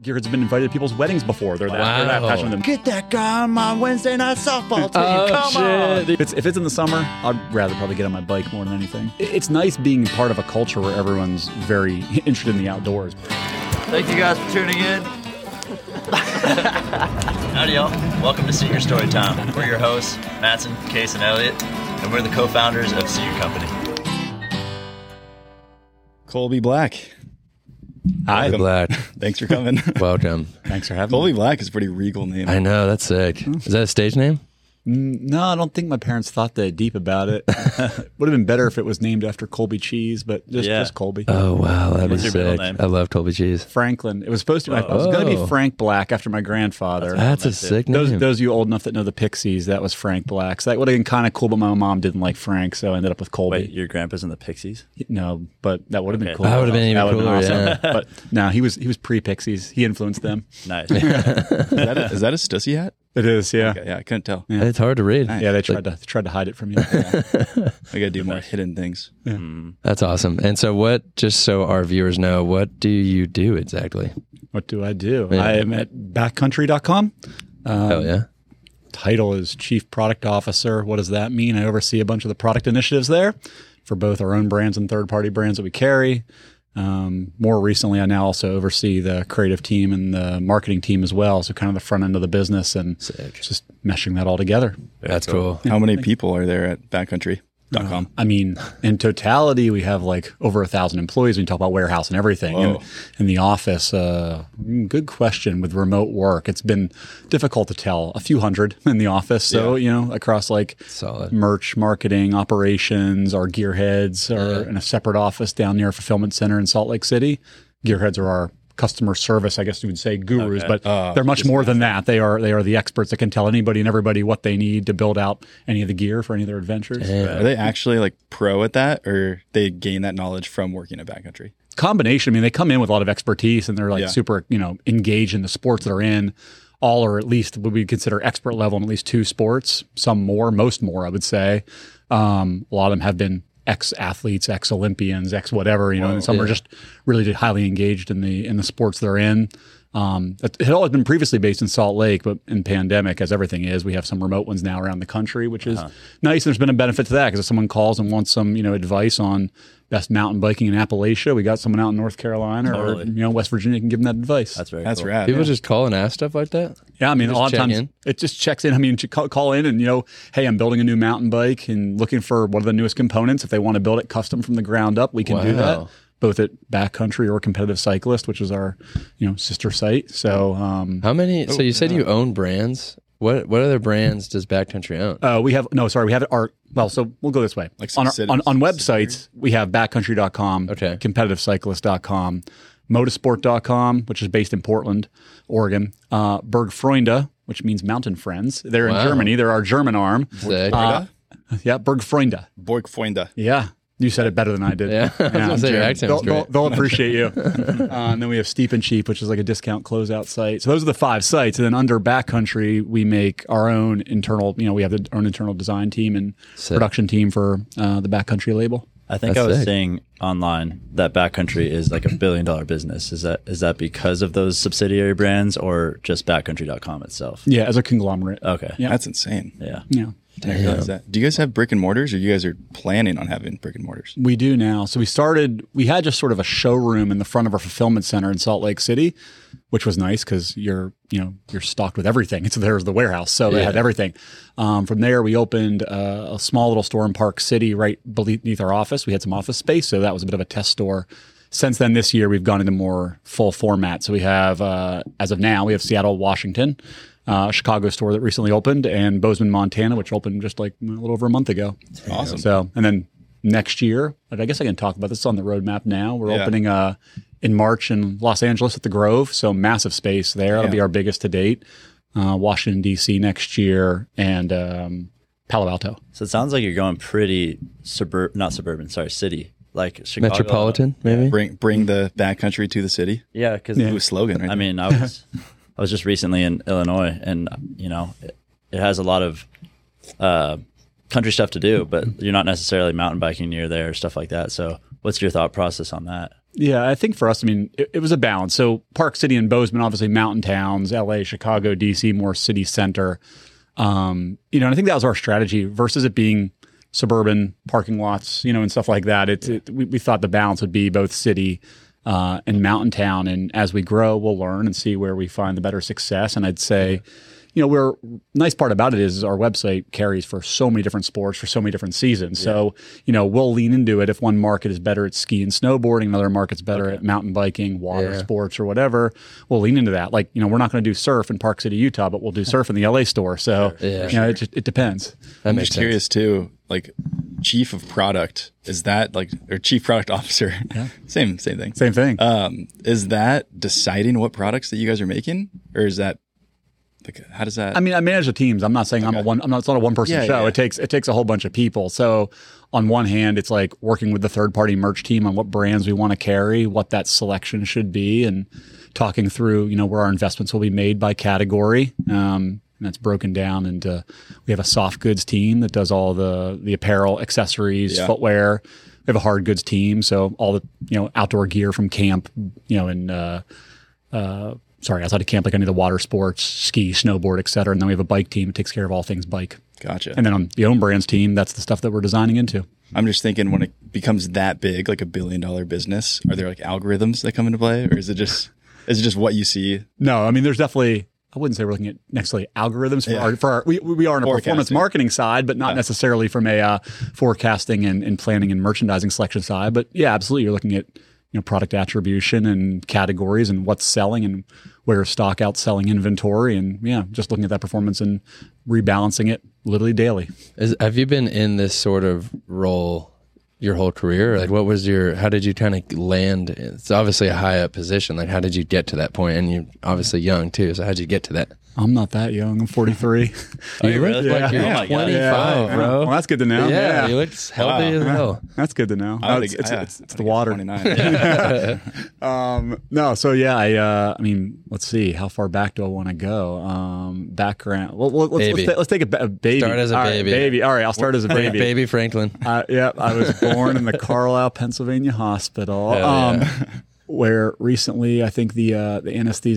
Gearheads have been invited to people's weddings before. They're that, they're that Wow. passionate with them. Get that guy on my Wednesday night softball team. Oh, Come on. shit. If it's, if it's in the summer, I'd rather probably get on my bike more than anything. It- It's nice being part of a culture where everyone's very interested in the outdoors. Thank you guys for tuning in. Howdy, y'all. Welcome to Senior Story Time. We're your hosts, Matson, Case, and Elliot, and we're the co founders of Senior Company. Colby Black. Hi, Black. Thanks for coming. Welcome. Thanks for having me. Colby Black is a pretty regal name. I know that's sick. Is that a stage name? No, I don't think my parents thought that deep about it. Would have been better if it was named after Colby Cheese, but just, Yeah. just Colby. Oh wow, that'd What's be your middle sick. name? I love Colby Cheese. Franklin. It was supposed to be. I was going to Oh. be Frank Black after my grandfather. That's a sick name. Those those of you old enough that know the Pixies, that was Frank Black. So that would have been kind of cool, but my mom didn't like Frank, so I ended up with Colby. your grandpa's in the Pixies? No, but that would have been Okay. cool. That would've been even would've cooler, yeah. But no, he was he was pre Pixies. He influenced them. Nice. Is that a, is that a Stussy hat? It is, yeah, Yeah, I couldn't tell. It's hard to read. yeah. They tried to they tried to hide it from you. Yeah. I gotta do more hidden things. That's awesome. And so, what? Just so our viewers know, what do you do exactly? what do I do? I am at backcountry.com. Hell yeah. title is Chief Product Officer. What does that mean? I oversee a bunch of the product initiatives there for both our own brands and third party brands that we carry. Um, more recently, I now also oversee the creative team and the marketing team as well. So, kind of the front end of the business and just meshing that all together. That's cool. How many people are there at backcountry.com? I mean, in totality, we have like over a thousand employees. We talk about warehouse and everything. And Whoa. in the office, uh, mm, good question with remote work. It's been difficult to tell. A few hundred in the office. So, you know, across like Solid. merch, marketing, operations, our gearheads are in a separate office down near a fulfillment center in Salt Lake City. Gearheads are our customer service, I guess you would say gurus, but they're much more than that. They are they are the experts that can tell anybody and everybody what they need to build out any of the gear for any of their adventures. Uh, Are they actually like pro at that or they gain that knowledge from working at backcountry? combination. I mean, they come in with a lot of expertise and they're like Yeah. super, you know, engaged in the sports they're in. All or at least what we consider expert level in at least two sports, some more, most more, I would say. Um, a lot of them have been ex athletes, ex Olympians, ex whatever, you know, and some are just really highly engaged in the in the sports they're in. Um, it had always been previously based in Salt Lake, but in pandemic, as everything is, we have some remote ones now around the country, which is Uh-huh. nice. There's been a benefit to that because if someone calls and wants some, you know, advice on best mountain biking in Appalachia, we got someone out in North Carolina or you know West Virginia can give them that advice. very That's rad. People yeah. just call and ask stuff like that. Yeah, I mean, a lot of check times in. it just checks in. I mean, you call, call in and you know, hey, I'm building a new mountain bike and looking for one of the newest components. If they want to build it custom from the ground up, we can do that. Wow. Both at Backcountry or Competitive Cyclist, which is our, you know, sister site. So um, How many? so you said you own brands. What What other brands does Backcountry own? uh, we have no, sorry, we have our well. So we'll go this way. Like on, our, on subsidiaries- on websites, we have Backcountry.com, Okay. CompetitiveCyclist.com, Motorsport.com, which is based in Portland, Oregon, uh, Bergfreunde, which means mountain friends. They're in Wow. Germany. They're our German arm. Sick. uh, Uh, Yeah, Bergfreunde. Borgfreunde. Yeah. You said it better than I did. Yeah. I was gonna say, your German. accent they'll, was great. they'll- they'll appreciate you. uh, and then we have Steep and Cheap, which is like a discount closeout site. So those are the five sites. And then under Backcountry, we make our own internal, you know, we have the, our own internal design team and production team for uh, the Backcountry label. I think That's I was sick. saying online that backcountry is like a billion dollar business. Is that is that because of those subsidiary brands or just backcountry.com itself? Yeah, as a conglomerate. Okay. Yeah. That's insane. Yeah. yeah. Didn't realize that. Do you guys have brick and mortars or you guys are planning on having brick and mortars? We do now. So we started, we had just sort of a showroom in the front of our fulfillment center in Salt Lake City, which was nice because you're, you know, you're stocked with everything. And so there's the warehouse. So they had everything. Um, from there, we opened uh, a small little store in Park City right beneath our office. We had some office space. So that was a bit of a test store. Since then, this year, we've gone into more full format. So we have, uh, as of now, we have Seattle, Washington. Uh, Chicago store that recently opened, and Bozeman, Montana, which opened just like a little over a month ago. Awesome. So, and then next year, but I guess I can talk about this on the roadmap now. We're Yeah. opening uh, in March in Los Angeles at the Grove. So, massive space there. That'll be our biggest to date. Uh, Washington, D.C. next year and um, Palo Alto. So it sounds like you're going pretty suburb, not suburban, sorry, city, like Chicago. Metropolitan, maybe. Bring bring the backcountry to the city. Yeah, because Ooh, slogan right I mean, I was I was just recently in Illinois, and you know, it, it has a lot of uh, country stuff to do, but you're not necessarily mountain biking near there or stuff like that. So, what's your thought process on that? Yeah, I think for us, I mean, it, it was a balance. So Park City and Bozeman, obviously mountain towns, LA, Chicago, DC, more city center. Um, you know, and I think that was our strategy versus it being suburban parking lots, you know, and stuff like that. It, it we, we thought the balance would be both city uh, and mountain town. And as we grow, we'll learn and see where we find the better success. And I'd say, you know, we're nice part about it is our website carries for so many different sports for so many different seasons. So, you know, we'll lean into it if one market is better at ski and snowboarding, another market's better at mountain biking, water sports, or whatever. We'll lean into that. Like, you know, we're not going to do surf in Park City, Utah, but we'll do surf in the LA store. So, you know, it, just, it depends. That I'm makes just sense. curious too, like chief of product is that like or chief product officer? same same thing. Same thing. Um, is that deciding what products that you guys are making, or is that like how does that? I mean, I manage the teams. I'm not saying I'm a one. I'm not. It's not a one person Yeah, show. yeah. It takes it takes a whole bunch of people. So, on one hand, it's like working with the third party merch team on what brands we want to carry, what that selection should be, and talking through you know where our investments will be made by category. Um, and that's broken down into we have a soft goods team that does all the the apparel, accessories, Yeah. footwear. We have a hard goods team, so all the you know outdoor gear from camp, you know, and uh, sorry, outside of camp, like any of the water sports, ski, snowboard, et cetera. And then we have a bike team that takes care of all things bike. gotcha. And then on the own brands team, that's the stuff that we're designing into. I'm just thinking when it becomes that big, like a billion dollar business, are there like algorithms that come into play, or is it just is it just what you see? No, I mean, there's definitely, I wouldn't say we're looking at necessarily algorithms for our, for our we, we are on a performance Forecasting. marketing side, but not necessarily from a uh, forecasting and, and planning and merchandising selection side. But yeah, absolutely. You're looking at, you know, product attribution and categories and what's selling and where stock out selling inventory. And yeah, just looking at that performance and rebalancing it literally daily. Is, have you been in this sort of role your whole career? Like, what was your? How did you kind of land? It's obviously a high up position. Like, how did you get to that point? And you're obviously young too. So, how did you get to that? I'm not that young. I'm 43. you look really? like Yeah. you're Oh my God. 25, Yeah. bro. Well, that's good to know. yeah, Yeah, you look healthy as hell. that's good to know. I No, would it's, think- it's, yeah, it's, I it's the think water. 29. Um, no, so yeah, I, uh, I mean, let's see, how far back do I want to go? Um, background. Well, well, let's, Baby. Let's, ta- let's take a, ba- a baby. Start as a All right, baby. baby. All right, I'll start as a Baby. baby. Franklin. Uh, yeah, I was born in the Carlisle, Pennsylvania hospital, Hell um, yeah. where recently I think the uh, the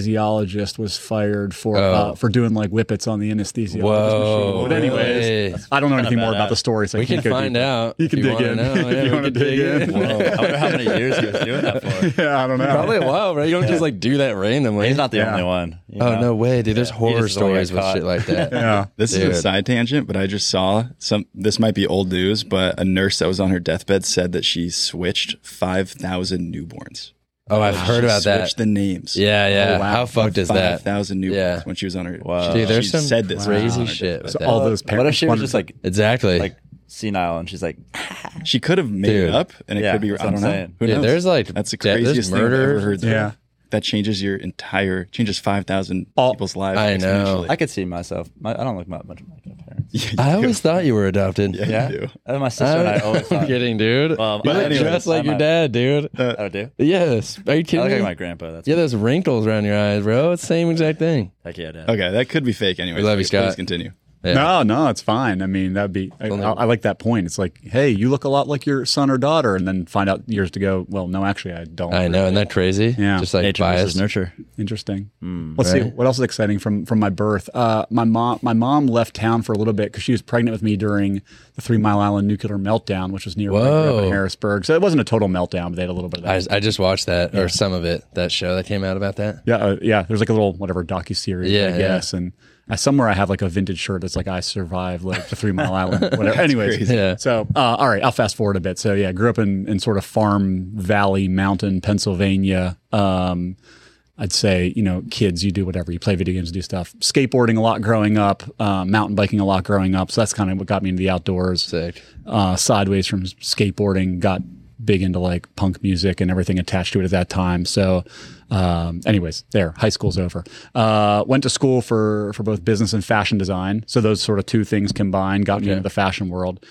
anesthesiologist was fired for Oh. uh, for doing like whippets on the anesthesiologist Whoa. machine. But anyways, Hey. I don't know anything more badass. about the story, so we I can't can go deep. find out. You can if dig wanna in know. if Yeah, you we want to can dig, in. Whoa. I wonder how many years he was doing that for. yeah, I don't know. Probably a while, right? You don't just like do that randomly. He's not the Yeah. only one. you Oh know? no way, dude! There's horror just the one who stories got with caught. shit like that. Yeah. This is a Dude. side tangent, but I just saw some. This might be old news, but a nurse that was on her deathbed said that she switched five thousand newborns. Oh, I've heard She about that. Switched the names. Yeah, yeah. Oh, wow. How fucked is five that? thousand newborns Yeah. when she was on her. Wow. She, Dude, there's Uh, she some said this crazy on her shit. with So that. all those parents. What if she was wondered- just like exactly. like senile and she's like, deathbed. She could have made Dude. it up, and it Yeah, could be. that's I don't what know. I'm saying. Who Yeah, knows? there's, like, that's the de- there's craziest thing I've murder. ever heard. though. Yeah. that changes your entire changes five thousand All- people's lives. I know. exponentially. I could see myself. My, I don't look mu- much like my parents. Yeah, you I always thought you were adopted. do. Yeah, You do. And my sister and I always I'm thought. Oh, kidding, dude. Well, you but look anyways, just like I your might- dad, dude. I Oh, do. yes. Are you I kidding look me? like my grandpa. That's yeah, those wrinkles around your eyes, bro. It's the same exact thing. Heck yeah, dad. Okay, that could be fake. Anyway, We love you, please, Scott. please continue. Yeah. No, no, it's fine. I mean, that'd be. I, I, I like that point. It's like, hey, you look a lot like your son or daughter, and then find out years to go. Well, no, actually, I don't. I know. Isn't that crazy? Yeah. Just like Nature bias. versus nurture. Interesting. Let's see Hmm, Right. what else is exciting from from my birth. Uh, my mom, my mom left town for a little bit because she was pregnant with me during the Three Mile Island nuclear meltdown, which was near where I grew up Whoa. in Harrisburg. So it wasn't a total meltdown, but they had a little bit of that. I, I just watched that or some of it, that show that came out about that. Yeah, uh, yeah. There's like a little whatever docu series, Yeah, yeah. I guess, and uh, somewhere I have like a vintage shirt that's like I survived like the Three Mile Island, whatever. Anyways, crazy. Yeah. So uh, all right, I'll fast forward a bit. So yeah, grew up in in sort of farm valley mountain Pennsylvania. Um, I'd say you know kids, you do whatever you play video games, do stuff. Skateboarding a lot growing up, uh, mountain biking a lot growing up. So that's kind of what got me into the outdoors Sick. uh, sideways from skateboarding, got big into like punk music and everything attached to it at that time. So, um, anyways, there, high school's over. Uh, went to school for for both business and fashion design. So those sort of two things combined got me into the fashion world.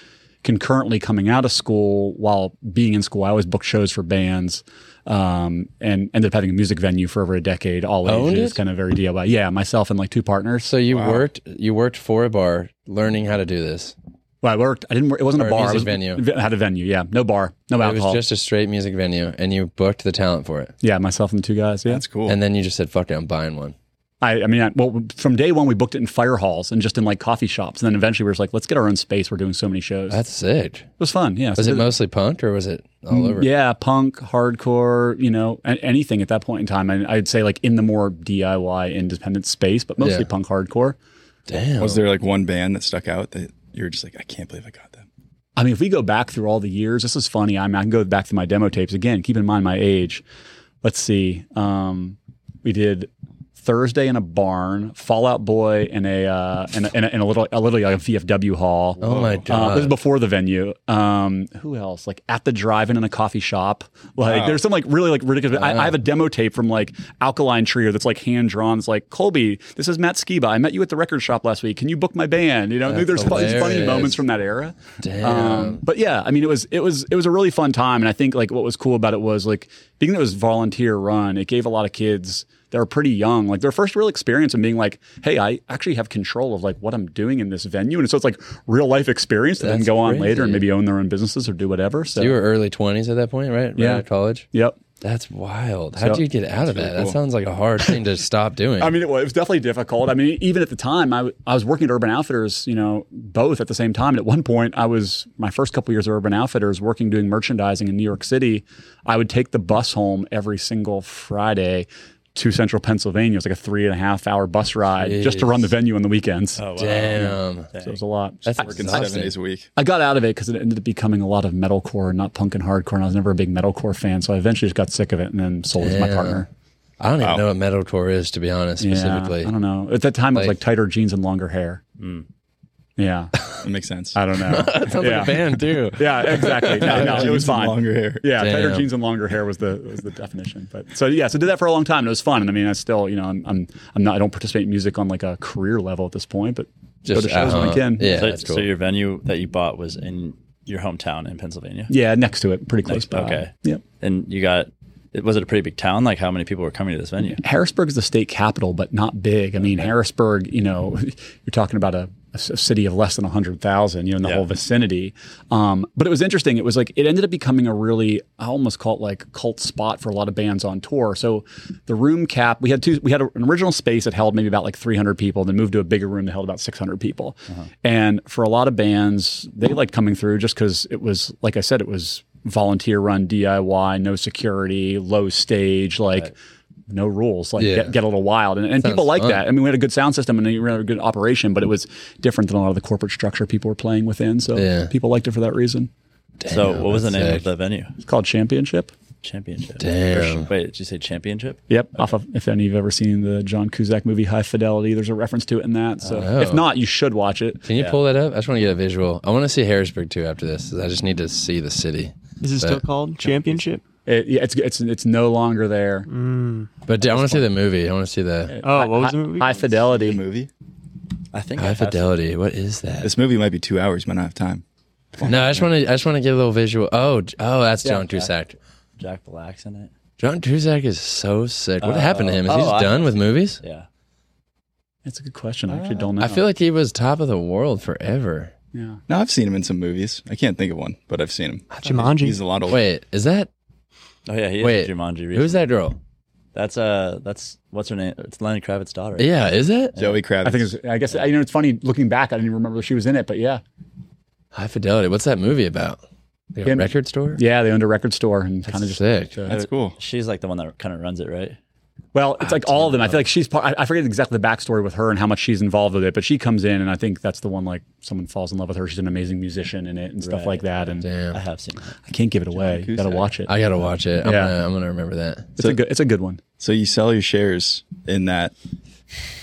Concurrently coming out of school, while being in school, I always booked shows for bands, um, and ended up having a music venue for over a decade, all Owned ages, it? kind of very DIY. Yeah, myself and like two partners. So you worked you worked for a bar learning how to do this. Well, I worked. I didn't. work It wasn't Or a a bar. I music was, venue. v- Had a venue. Yeah, no bar, no It was alcohol. just a straight music venue, and you booked the talent for it. yeah, myself and two guys. Yeah, That's cool. And then you just said, "Fuck it, I'm buying one." I, I mean, I, well, from day one we booked it in fire halls and just in like coffee shops, and then eventually we were just like, let's get our own space. We're doing so many shows. That's sick. it was fun. Yeah, Was So it the- mostly punk or was it Mm. all over? Yeah, punk, hardcore, you know, a- anything at that point in time. And I'd say like in the more DIY independent space, but mostly Yeah. punk hardcore. Damn. was there like one band that stuck out that you were just like, I can't believe I got them? I mean, if we go back through all the years, this is funny. I mean, I can go back to my demo tapes again. Keep in mind my age. Let's see. Um, we did Thursday in a barn, Fallout Boy in a uh, in a, in a, in a little a little like a VFW hall. oh my Uh, god. this is before the venue. Um, who else? Like at the drive-in in a coffee shop. Like there's some like really like ridiculous. I, I have a demo tape from like Alkaline Trio that's like hand drawn. It's like Colby, this is Matt Skiba. I met you at the record shop last week. Can you book my band? You know, That's there's funny, funny hilarious. moments from that era. Damn. Um, but yeah, I mean, it was it was it was a really fun time, and I think like what was cool about it was like being that it was volunteer run, it gave a lot of kids that were pretty young like their first real experience in being like, hey, I actually have control of like what I'm doing in this venue, and so it's like real life experience that they can That's go on later and crazy. maybe own their own businesses or do whatever. So, you were early twenties at that point, right? Right Yeah. out of college. yep. That's wild. How would So- you get out of that? That sounds like a hard thing to stop doing. I mean, it was, it was definitely difficult. I mean, even at the time, I, w- I was working at Urban Outfitters, you know, both at the same time. And at one point, I was my first couple years at Urban Outfitters, working doing merchandising in New York City. I would take the bus home every single Friday to Central Pennsylvania. It was like a three and a half hour bus ride just to run the venue on the weekends. Oh, Damn. So it was a lot. That's Working seven exhausting. days a week. I got out of it because it ended up becoming a lot of metalcore, and not punk and hardcore. And I was never a big metalcore fan, so I eventually just got sick of it and then sold it to my Damn. partner. I don't even know what metalcore is, to be honest, specifically. Yeah, I don't know. At that time, it was Like- like tighter jeans and longer hair. Yeah, That makes sense. I don't know. Sounds yeah. like a band too. yeah, exactly. No, no, it was fine. Longer hair. yeah, tighter Damn. jeans and longer hair was the was the definition. But so yeah, so did that for a long time. And it was fun. And I mean, I still you know I'm I'm, I'm not I don't participate in music on like a career level at this point, but go to shows when I uh-huh. can. Yeah, so, that's cool. so your venue that you bought was in your hometown in Pennsylvania, yeah, next to it, pretty close Next- by. okay. Yep. and you got. it- Was it a pretty big town? Like how many people were coming to this venue? Harrisburg is the state capital, but not big. I mean, Harrisburg, you know, you're talking about a, a s- a city of less than 100,000, you know, in the Yeah. whole vicinity. Um, but it was interesting. It was like, it ended up becoming a really, I almost call it like cult spot for a lot of bands on tour. So the room cap, we had two, we had a- an original space that held maybe about like 300 people, then moved to a bigger room that held about 600 people. And for a lot of bands, they liked coming through just because it was, like I said, it was volunteer run DIY, no security, low stage, like, No rules, like Yeah. get, get a little wild, and, and people Sounds like fun. that. I mean, we had a good sound system and we had a good operation, but it was different than a lot of the corporate structure people were playing within. So Yeah. people liked it for that reason. so what was the that's name sick. of the venue? It's called Championship. Championship. Damn. Or- Wait, did you say championship? Yep. Uh, Off of if any of you have ever seen the John Cusack movie High Fidelity, there's a reference to it in that. So if not, you should watch it. Oh. Can you pull that up? I just want to get a visual. I want to see Harrisburg too after this. I just need to see the city. Is it still called championship? It- yeah, it's it's it's no longer there. But d- I want to see the movie. I want to see the Oh, what was the Hi- movie? High Fidelity. Movie. I think I High have- Fidelity. What is that? This movie might be two hours, might not have time. No, I just want to. I just want to get a little visual. Oh, j- oh, that's John Cusack. Jack Black's in it. John Cusack is so sick. What happened to him? Is he oh, just I- done with movies? Yeah. That's a good question. I actually don't know. I feel like he was top of the world forever. yeah. No, I've seen him in some movies. I can't think of one, but I've seen him. Jumanji. He's a lot older. Wait, is that Oh yeah, he is Wait, in Jumanji. Recently. who's that girl? That's uh, that's what's her name? It's Lenny Kravitz's daughter. Yeah, is it Zoe Kravitz. I think it's, I guess you know it's funny looking back. I didn't even remember she was in it, but yeah, High Fidelity? What's that movie about? Like a Him- record store? yeah, they owned a record store and kind of just sick. uh, that's cool. She's like the one that kind of runs it, right? Well, it's like all of them. I feel like she's part. I, I forget exactly the backstory with her and how much she's involved with it, but she comes in, and I think that's the one like someone falls in love with her. She's an amazing musician in it and stuff like that. And I Damn, have seen. Her. I can't give it away. You gotta watch it. I gotta watch it. I'm, Yeah. gonna, I'm gonna remember that. it's a good. It's a good one. So you sell your shares in that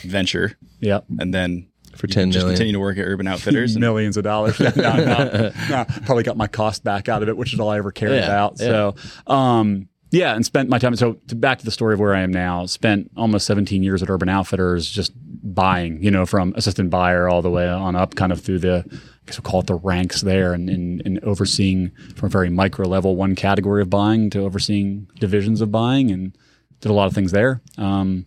venture Yeah. and then For you ten just million. continue to work at Urban Outfitters. and Millions of dollars. no, no, no. Probably got my cost back out of it, which is all I ever cared Yeah, about. So, um, yeah, and spent my time. So to, back to the story of where I am now. Spent almost 17 years at Urban Outfitters, just buying, you know, from assistant buyer all the way on up, kind of through the, I guess we'll call it the ranks there, and and, and overseeing from a very micro level one category of buying to overseeing divisions of buying, and did a lot of things there. Um,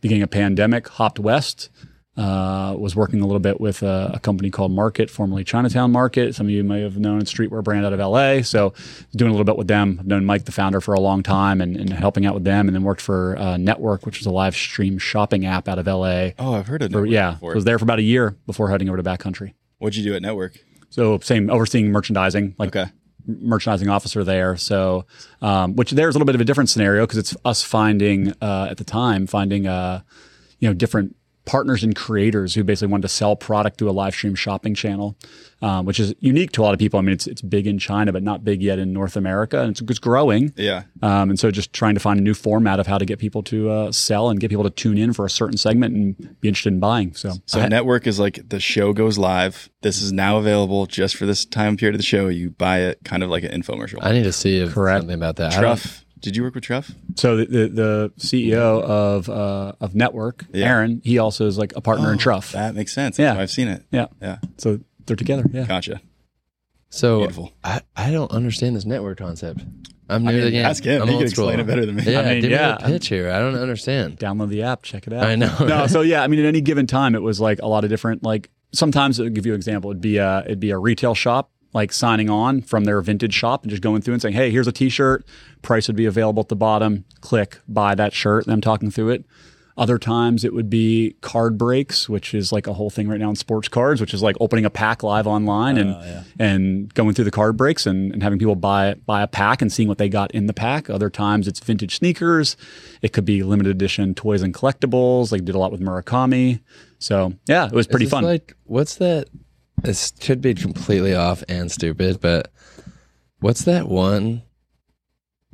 beginning of pandemic, hopped west, Uh, was working a little bit with a, a company called Market, formerly Chinatown Market. Some of you may have known it's a streetwear brand out of LA. So, doing a little bit with them. I've known Mike, the founder, for a long time and, and helping out with them. And then worked for uh, Network, which was a live stream shopping app out of LA. Oh, I've heard of Or- network yeah, before. was there for about a year before heading over to Backcountry. What'd you do at network? So same overseeing merchandising, like Okay. merchandising officer there. So um, which there's a little bit of a different scenario because it's us finding uh, at the time finding uh, you know different partners and creators who basically wanted to sell product through a live stream shopping channel, um, which is unique to a lot of people. I mean, it's it's big in China, but not big yet in North America, and it's, it's growing. Yeah. Um, and so just trying to find a new format of how to get people to uh, sell and get people to tune in for a certain segment and be interested in buying. So So network is like the show goes live. This is now available just for this time period of the show. You buy it kind of like an infomercial. I need to see if Correct. something about that. I don't- Truff. Did you work with Truff? So the, the, the CEO of uh, of Network, Yeah. Aaron, he also is like a partner in Truff. That makes sense. Yeah. Yeah. I've seen it. yeah. Yeah. So they're together. Yeah. Gotcha. So Beautiful. I, I don't understand this network concept. I'm new to the game. ask him. I'm He could old school. explain it better than me. Yeah, I mean, give yeah. me a pitch here. I don't understand. Download the app, check it out. I know. no, so yeah, I mean, at any given time, it was like a lot of different. Like sometimes it'll give you an example. It'd be a it'd be a retail shop like signing on from their vintage shop and just going through and saying, "Hey, here's a T-shirt. Price would be available at the bottom. Click, buy that shirt." Them talking through it. Other times it would be card breaks, which is like a whole thing right now in sports cards, which is like opening a pack live online Oh, and and going through the card breaks and, and having people buy buy a pack and seeing what they got in the pack. Other times it's vintage sneakers. It could be limited edition toys and collectibles. Like did a lot with Murakami. So yeah, it was pretty Is this fun. Like, what's that? This could be completely off and stupid, but what's that one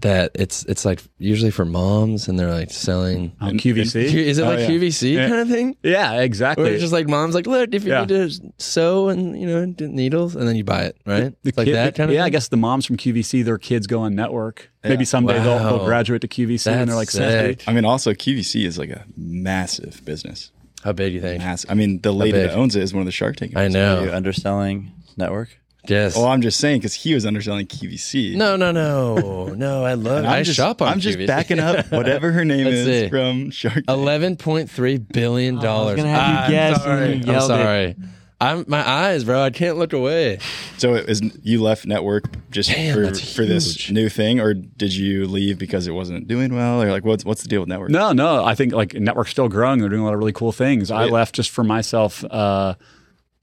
that it's it's like usually for moms and they're like selling. Um, QVC. Is it like yeah. QVC Yeah. kind of thing? Yeah, exactly. Where it's just like mom's like, look, if you Yeah. need to sew and you know d- needles, and then you buy it, right? The It's like kid- that kind of yeah, I thing? guess the moms from QVC, their kids go on network. Maybe someday they'll, Wow. they'll graduate to QVC and they're like, That's "Sandy, sick. I mean, also QVC is like a massive business. How big do you think? Massive. I mean, the lady big? that owns it is one of the Shark Tank. I Are you know. underselling network? Yes. Well, I'm just saying because he was underselling QVC. No, no, no, no. I love. I'm I just, shop on. I'm just QVC. backing up whatever her name Let's is see. from Shark Tank. Eleven point three billion was dollars. gonna have you I'm guess and sorry. you yelled I'm it. sorry. I'm my eyes, bro. I can't look away. So it is you left network just Damn, for, that's for this huge. new thing, or did you leave because it wasn't doing well, or like what's what's the deal with network? No, no. I think like network's still growing. They're doing a lot of really cool things. I left just for myself. Uh,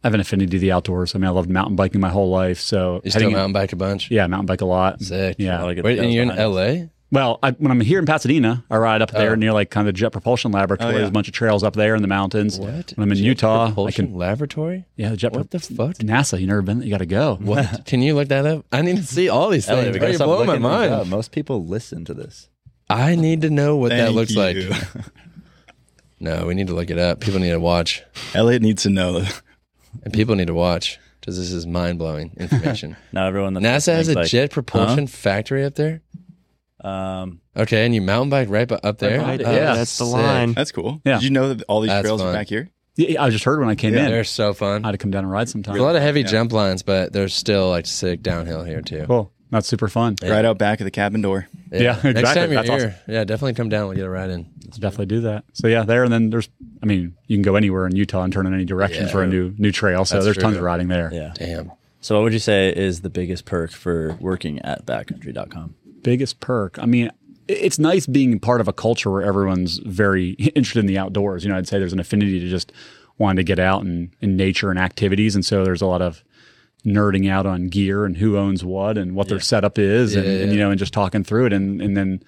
I have an affinity to the outdoors. I mean, I loved mountain biking my whole life. So You still heading- mountain bike a bunch. yeah, mountain bike a lot. Sick. Yeah. I like it. Wait, That and was you're in behind us. LA? Well, I, when I'm here in Pasadena, I ride up there Oh. near like kind of the Jet Propulsion Laboratory. yeah. There's a bunch of trails up there in the mountains. What? When I'm in Jet Utah, I Propulsion can. laboratory. Yeah, the Jet. What the fuck? NASA. You never been? there? You got to go. What? Can you look that up? I need to see all these Elliot, things. bro. we gotta You're stop blowing my looking these up. mind. Most people listen to this. I need to know what that Thank looks you. like. No, we need to look it up. People need to watch, Elliot needs to know. and people need to watch because this is mind blowing information. Now everyone that NASA has a thinks, like, jet propulsion factory up there. Um, Okay, and you mountain bike right bu- up there. Right, Oh, yeah, that's the sick. line. That's cool. Yeah. Did you know that all these That's trails fun. are back here? Yeah, I just heard when I came in. They're so fun. I had to come down and ride sometime. There's a lot of heavy jump lines, but there's still like sick downhill here too. Cool. That's super fun. Right out back of the cabin door. Yeah, exactly. Next time you're That's here, yeah, definitely come down. We'll get a ride in. I'll definitely do that. So yeah, there and then there's. I mean, you can go anywhere in Utah and turn in any direction Yeah. for a new new trail. So That's there's true. tons of riding there. yeah. Damn. So what would you say is the biggest perk for working at backcountry.com? Biggest perk. I mean, i- it's nice being part of a culture where everyone's very interested in the outdoors. You know, I'd say there's an affinity to just wanting to get out and in nature and activities, and so there's a lot of nerding out on gear and who owns what and what their setup is, and, and you know, and just talking through it, and and then.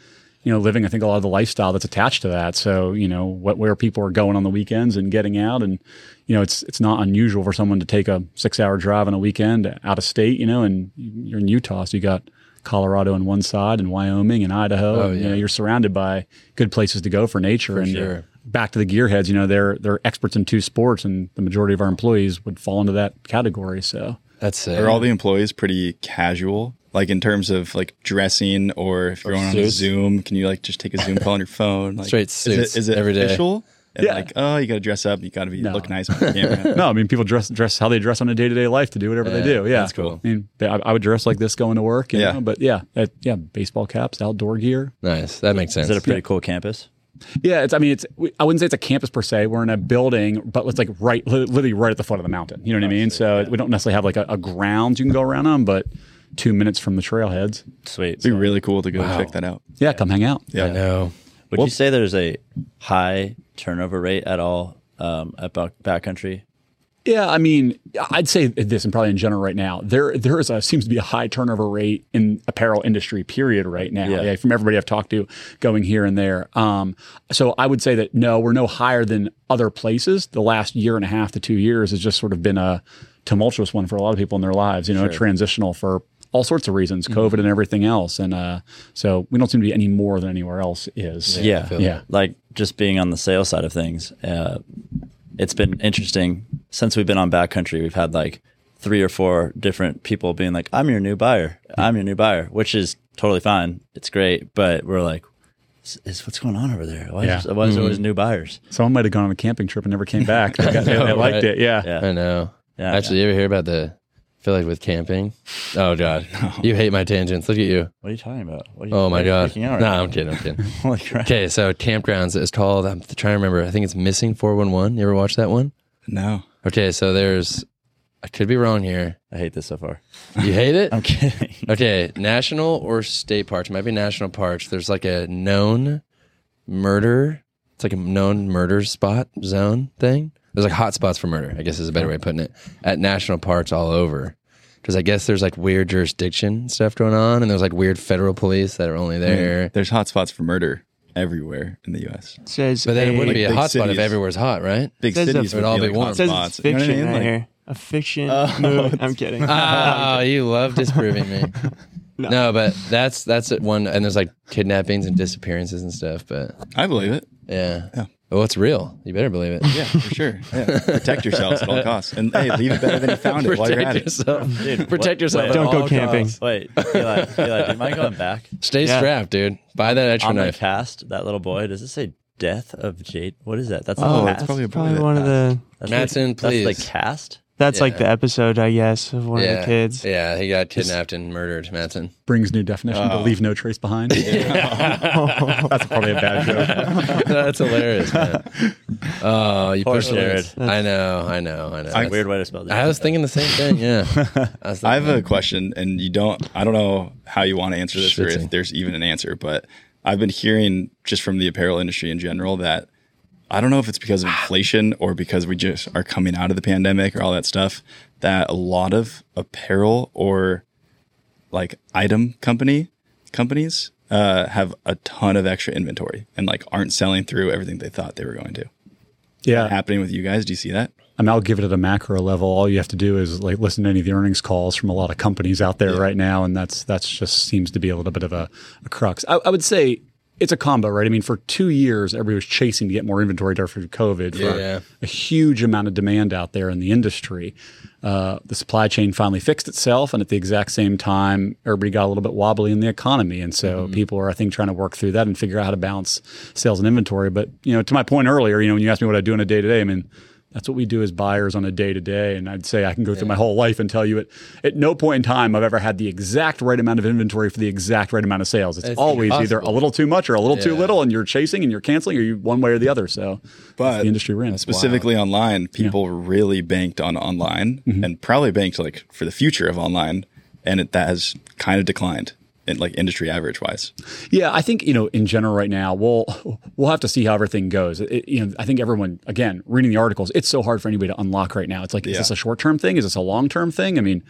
You know, living, I think a lot of the lifestyle that's attached to that. So, you know, what where people are going on the weekends and getting out, and you know, it's it's not unusual for someone to take a six hour drive on a weekend out of state, you know, and you're in Utah, so you got Colorado on one side and Wyoming and Idaho. and, You know, you're surrounded by good places to go for nature. and sure. back to the gearheads, you know, they're they're experts in two sports, and the majority of our employees would fall into that category. So That's sick. Are all the employees pretty casual? Like in terms of like dressing, or if you're going on a suits? Zoom, can you like just take a Zoom call on your phone? Like, Straight Is suits it, is it every day. official? And Yeah. Like oh, you got to dress up. You got to be look nice on camera. no, I mean, people dress dress how they dress on a day to day life to do whatever they do. Yeah, that's cool. I mean, I, I would dress like this going to work. You Yeah. know, but yeah, uh, yeah, baseball caps, outdoor gear. nice. That makes sense. Is it a pretty cool campus? Yeah, it's. I mean, it's. we- I wouldn't say it's a campus per se. We're in a building, but it's like right, li- literally right at the foot of the mountain. You know what I mean? So we don't necessarily have like a, a ground you can go around on, but two minutes from the trailheads. Sweet. It'd be really cool to go check that out. Yeah, come hang out. I know. Would you say there's a high turnover rate at all um, at back, backcountry? Yeah, I mean, I'd say this, and probably in general right now, there there is a seems to be a high turnover rate in apparel industry period right now. Yeah. Yeah. from everybody I've talked to, going here and there. Um, so I would say that no, we're no higher than other places. The last year and a half to two years has just sort of been a tumultuous one for a lot of people in their lives. You know, transitional for all sorts of reasons, COVID and everything else. And uh, so we don't seem to be any more than anywhere else is. Yeah. Yeah. Like just being on the sales side of things, uh, it's been interesting since we've been on backcountry. We've had like three or four different people being like, "I'm your new buyer. I'm your new buyer," which is totally fine. It's great, but we're like, "Is, is what's going on over there? Why Yeah. Mm-hmm. is, why is there always new buyers?" Someone might have gone on a camping trip and never came back. They, got- they liked right? it. Yeah. Yeah. I know. Yeah. Actually, you ever hear about the? I feel like with camping. Oh God, you hate my tangents. Look at you. What are you talking about? What are you, Oh my what are you God. freaking out no, right I'm kidding. I'm kidding. now? Holy crap. Okay, so campgrounds is called. I'm trying to remember. I think it's missing 411. You ever watch that one? No. Okay, so there's. I could be wrong here. I hate this so far. You hate it? I'm kidding. Okay, national or state parks? Might be national parks. There's like a known murder. It's like a known murder spot zone thing. There's like hot spots for murder. I guess is a better way of putting it. At national parks all over, because I guess there's like weird jurisdiction stuff going on, and there's like weird federal police that are only there. There's hotspots for murder everywhere in the U.S. Says But then it a, wouldn't be a big hot spot if cities. everywhere's hot, right? Big Says cities it would would all be be like one. it says it's hotspots. You know what I mean? fiction right Like, here. A fiction movie. I'm kidding. Oh, you love disproving me. no. but that's that's one, and there's like kidnappings and disappearances and stuff. But I believe it. yeah, well, it's real. You better believe it. Yeah, for sure. Yeah. Protect yourselves at all costs, and hey, leave it better than you found it while you're at it. yourself. Dude, Protect what- yourself. wait, at Don't go all camping. costs. Wait, Eli, Eli, am I going back? Stay Yeah. strapped, dude. Buy that extra on the knife. cast, that little boy, does it say death of Jade? What is that? That's Oh, the it's cast. probably a Probably one of the. that's Matson, the, That's please. the cast. That's like Yeah. the episode, I guess, of one of the kids. Yeah, he got kidnapped and murdered, Matson. brings new definition Oh. to leave no trace behind. That's probably a bad joke. That's hilarious, man. Oh, you Poor pushed Jared. it. I know, I know, I know. That's That's- a weird way to spell I that. was thinking the same thing, yeah. I, was I have thinking- a question, and you don't. I don't know how you want to answer this, or Schwitzing. if there's even an answer. But I've been hearing just from the apparel industry in general that I don't know if it's because of inflation or because we just are coming out of the pandemic or all that stuff. That a lot of apparel or like item company companies uh, have a ton of extra inventory and like aren't selling through everything they thought they were going to. Yeah. Happening with you guys? Do you see that? I mean, I'll give it at a macro level. All you have to do is like listen to any of the earnings calls from a lot of companies out there right now. And that's, that's just seems to be a little bit of a, a crux. I, I would say it's a combo, right? I mean, for two years, everybody was chasing to get more inventory there for COVID for Yeah. a huge amount of demand out there in the industry. Uh, the supply chain finally fixed itself. And at the exact same time, everybody got a little bit wobbly in the economy. And so Mm-hmm. people are, I think, trying to work through that and figure out how to balance sales and inventory. But, you know, to my point earlier, you know, when you asked me what I do on a day to day, I mean, that's what we do as buyers on a day to day. And I'd say I can go through my whole life and tell you at, at no point in time I've ever had the exact right amount of inventory for the exact right amount of sales. It's, It's always either a impossible. little too much or a little too Yeah. little, and you're chasing and you're canceling, or you one way or the other. So But the industry we're in. specifically online people really banked on online Mm-hmm. and probably banked like for the future of online and it, that has kind of declined in like industry average wise Yeah, I think you know in general right now we'll we'll have to see how everything goes. It, you know, I think everyone again reading the articles, it's so hard for anybody to unlock right now. It's like, is Yeah. this a short term thing? Is this a long term thing? I mean,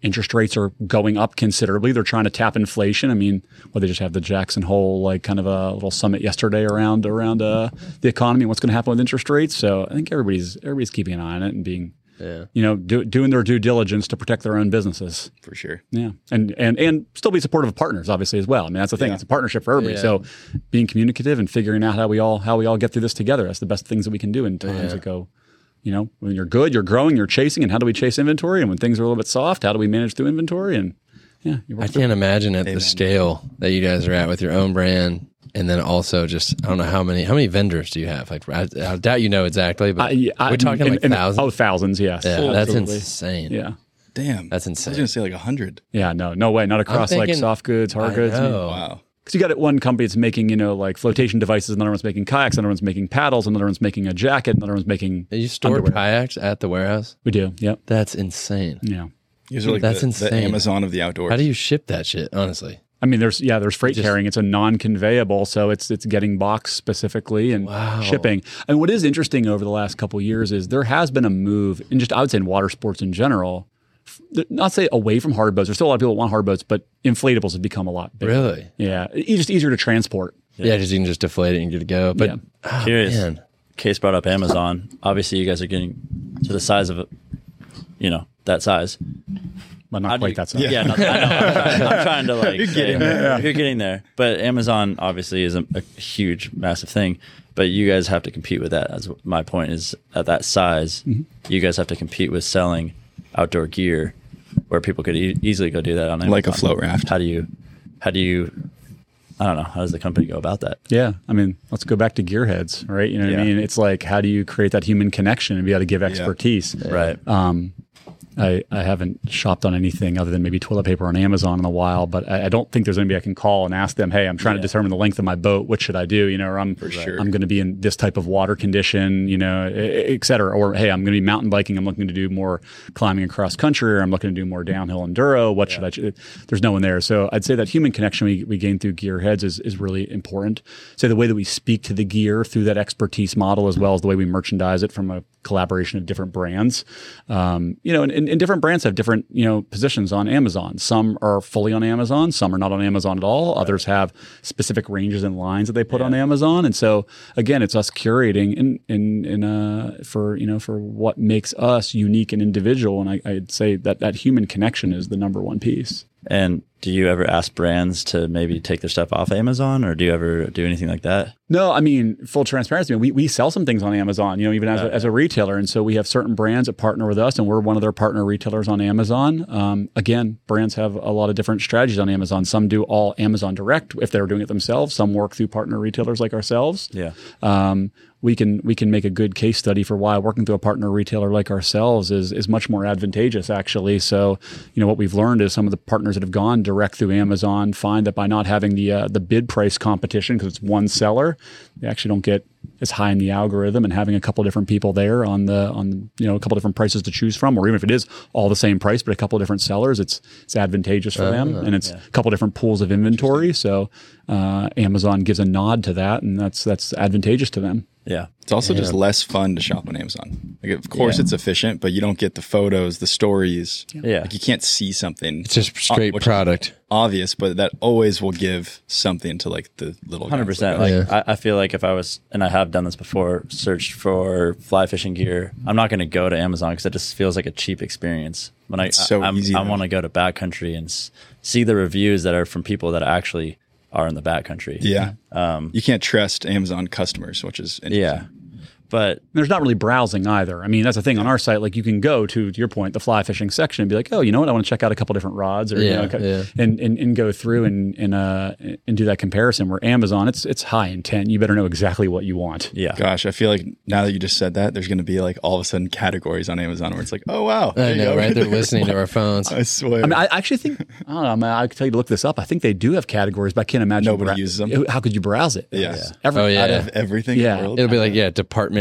interest rates are going up considerably. They're trying to tap inflation. I mean, well, they just have the Jackson Hole like kind of a little summit yesterday around around uh, the economy and what's going to happen with interest rates. So I think everybody's everybody's keeping an eye on it and being. You know, do, doing their due diligence to protect their own businesses. for sure Yeah, and and and still be supportive of partners, obviously as well. I mean, that's the thing; it's a partnership for everybody. So, being communicative and figuring out how we all how we all get through this together—that's the best things that we can do in times that go. You know, when you're good, you're growing, you're chasing, and how do we chase inventory? And when things are a little bit soft, how do we manage through inventory? And yeah, you I work through- can't imagine at the scale that you guys are at with your own brand, and then also just I don't know how many how many vendors do you have? Like I, I doubt you know exactly, but I- I- we're talking and- like and- thousands. Oh, thousands, yes. yeah, Yeah. that's insane. yeah, damn That's i insane. was gonna say like 100 yeah. No, no way. Not across like thinking- soft goods, hard I goods. I mean, know. wow because you got it one company that's making you know like flotation devices, another one's making kayaks, another one's making paddles, another one's making a jacket, another one's making. You store kayaks at the warehouse? We do, yep, That's insane. yeah. These are like That's the, insane. the Amazon of the outdoors. How do you ship that shit? Honestly, I mean, there's yeah, there's freight Just- carrying. It's a non-conveyable, so it's it's getting boxed specifically and Wow. shipping. And what is interesting over the last couple years is there has been a move, in just I would say in water sports in general, f- not say away from hard boats. There's still a lot of people that want hard boats, but inflatables have become a lot bigger. really? Yeah, it's just easier to transport. Yeah, because you can just deflate it and get to go. But Yeah. oh, Curious. man. Case brought up Amazon. Obviously, you guys are getting to the size of, a, you know, that size. But How not do quite you- that size. Yeah, no, I know. I'm trying, I'm trying to like. You're getting there. You're getting there. But Amazon obviously is a, a huge, massive thing. But you guys have to compete with that. As my point is, at that size, you guys have to compete with selling outdoor gear, where people could e- easily go do that on Amazon. Like a float raft. How do you? How do you? I don't know. How does the company go about that? Yeah, I mean, let's go back to gearheads, right? You know what Yeah. I mean? It's like how do you create that human connection and be able to give expertise? Right. Um, I, I haven't shopped on anything other than maybe toilet paper on Amazon in a while, but I, I don't think there's anybody I can call and ask them, hey, I'm trying to determine the length of my boat. What should I do? You know, or I'm sure. I'm going to be in this type of water condition, you know, e- e- et cetera. Or hey, I'm going to be mountain biking. I'm looking to do more climbing and cross country, or I'm looking to do more downhill enduro. What should I? ch- There's no one there. So I'd say that human connection we, we gain through gearheads is is really important. So the way that we speak to the gear through that expertise model, as well as the way we merchandise it from a collaboration of different brands. Um, you know, and, and, and different brands have different you know positions on Amazon. Some are fully on Amazon. Some are not on Amazon at all. Others have specific ranges and lines that they put on Amazon. And so again, it's us curating in in in uh for you know for what makes us unique and individual. And I, I'd say that that human connection is the number one piece. And do you ever ask brands to maybe take their stuff off Amazon, or do you ever do anything like that? No, I mean full transparency. I mean, we, we sell some things on Amazon, you know, even as, a, as a retailer, and so we have certain brands that partner with us, and we're one of their partner retailers on Amazon. Um, again, brands have a lot of different strategies on Amazon. Some do all Amazon direct if they're doing it themselves. Some work through partner retailers like ourselves. Yeah. Um, we can we can make a good case study for why working through a partner retailer like ourselves is is much more advantageous actually. So, you know what we've learned is some of the partners that have gone direct through Amazon find that by not having the uh, the bid price competition because it's one seller, they actually don't get as high in the algorithm and having a couple different people there on the on you know a couple different prices to choose from or even if it is all the same price but a couple different sellers it's it's advantageous for them Ah, and it's a couple different pools of inventory so uh, Amazon gives a nod to that and that's that's advantageous to them Yeah. It's also just less fun to shop on Amazon. Like, of course, it's efficient, but you don't get the photos, the stories. Yeah. Like, you can't see something. It's just straight Oh, which is product. obvious, but that always will give something to like the little. guys. Hundred percent. Like Like, I, I feel like if I was, and I have done this before, searched for fly fishing gear. I'm not going to go to Amazon because it just feels like a cheap experience. When I, so I, I'm- easy, I though. want to go to backcountry and s- see the reviews that are from people that actually are in the backcountry. yeah. you can't trust Amazon customers, which is interesting. yeah. But And there's not really browsing either. I mean, that's the thing on our site. Like, you can go to, to your point, the fly fishing section and be like, oh, you know what? I want to check out a couple different rods, or you Yeah, know, co- yeah. and, and and go through and and uh and do that comparison. Where Amazon, it's it's high intent. You better know exactly what you want. yeah, Gosh, I feel like now that you just said that, there's going to be like all of a sudden categories on Amazon where it's like, oh wow, there I you know, go. right? They're listening to our phones. I swear. I mean, I actually think I don't know. I, mean, I could tell you to look this up. I think they do have categories, but I can't imagine Nobody uses them. How could you browse it? Yes. Every, Oh out yeah, of everything in Yeah. the world. it'll be like yeah, department.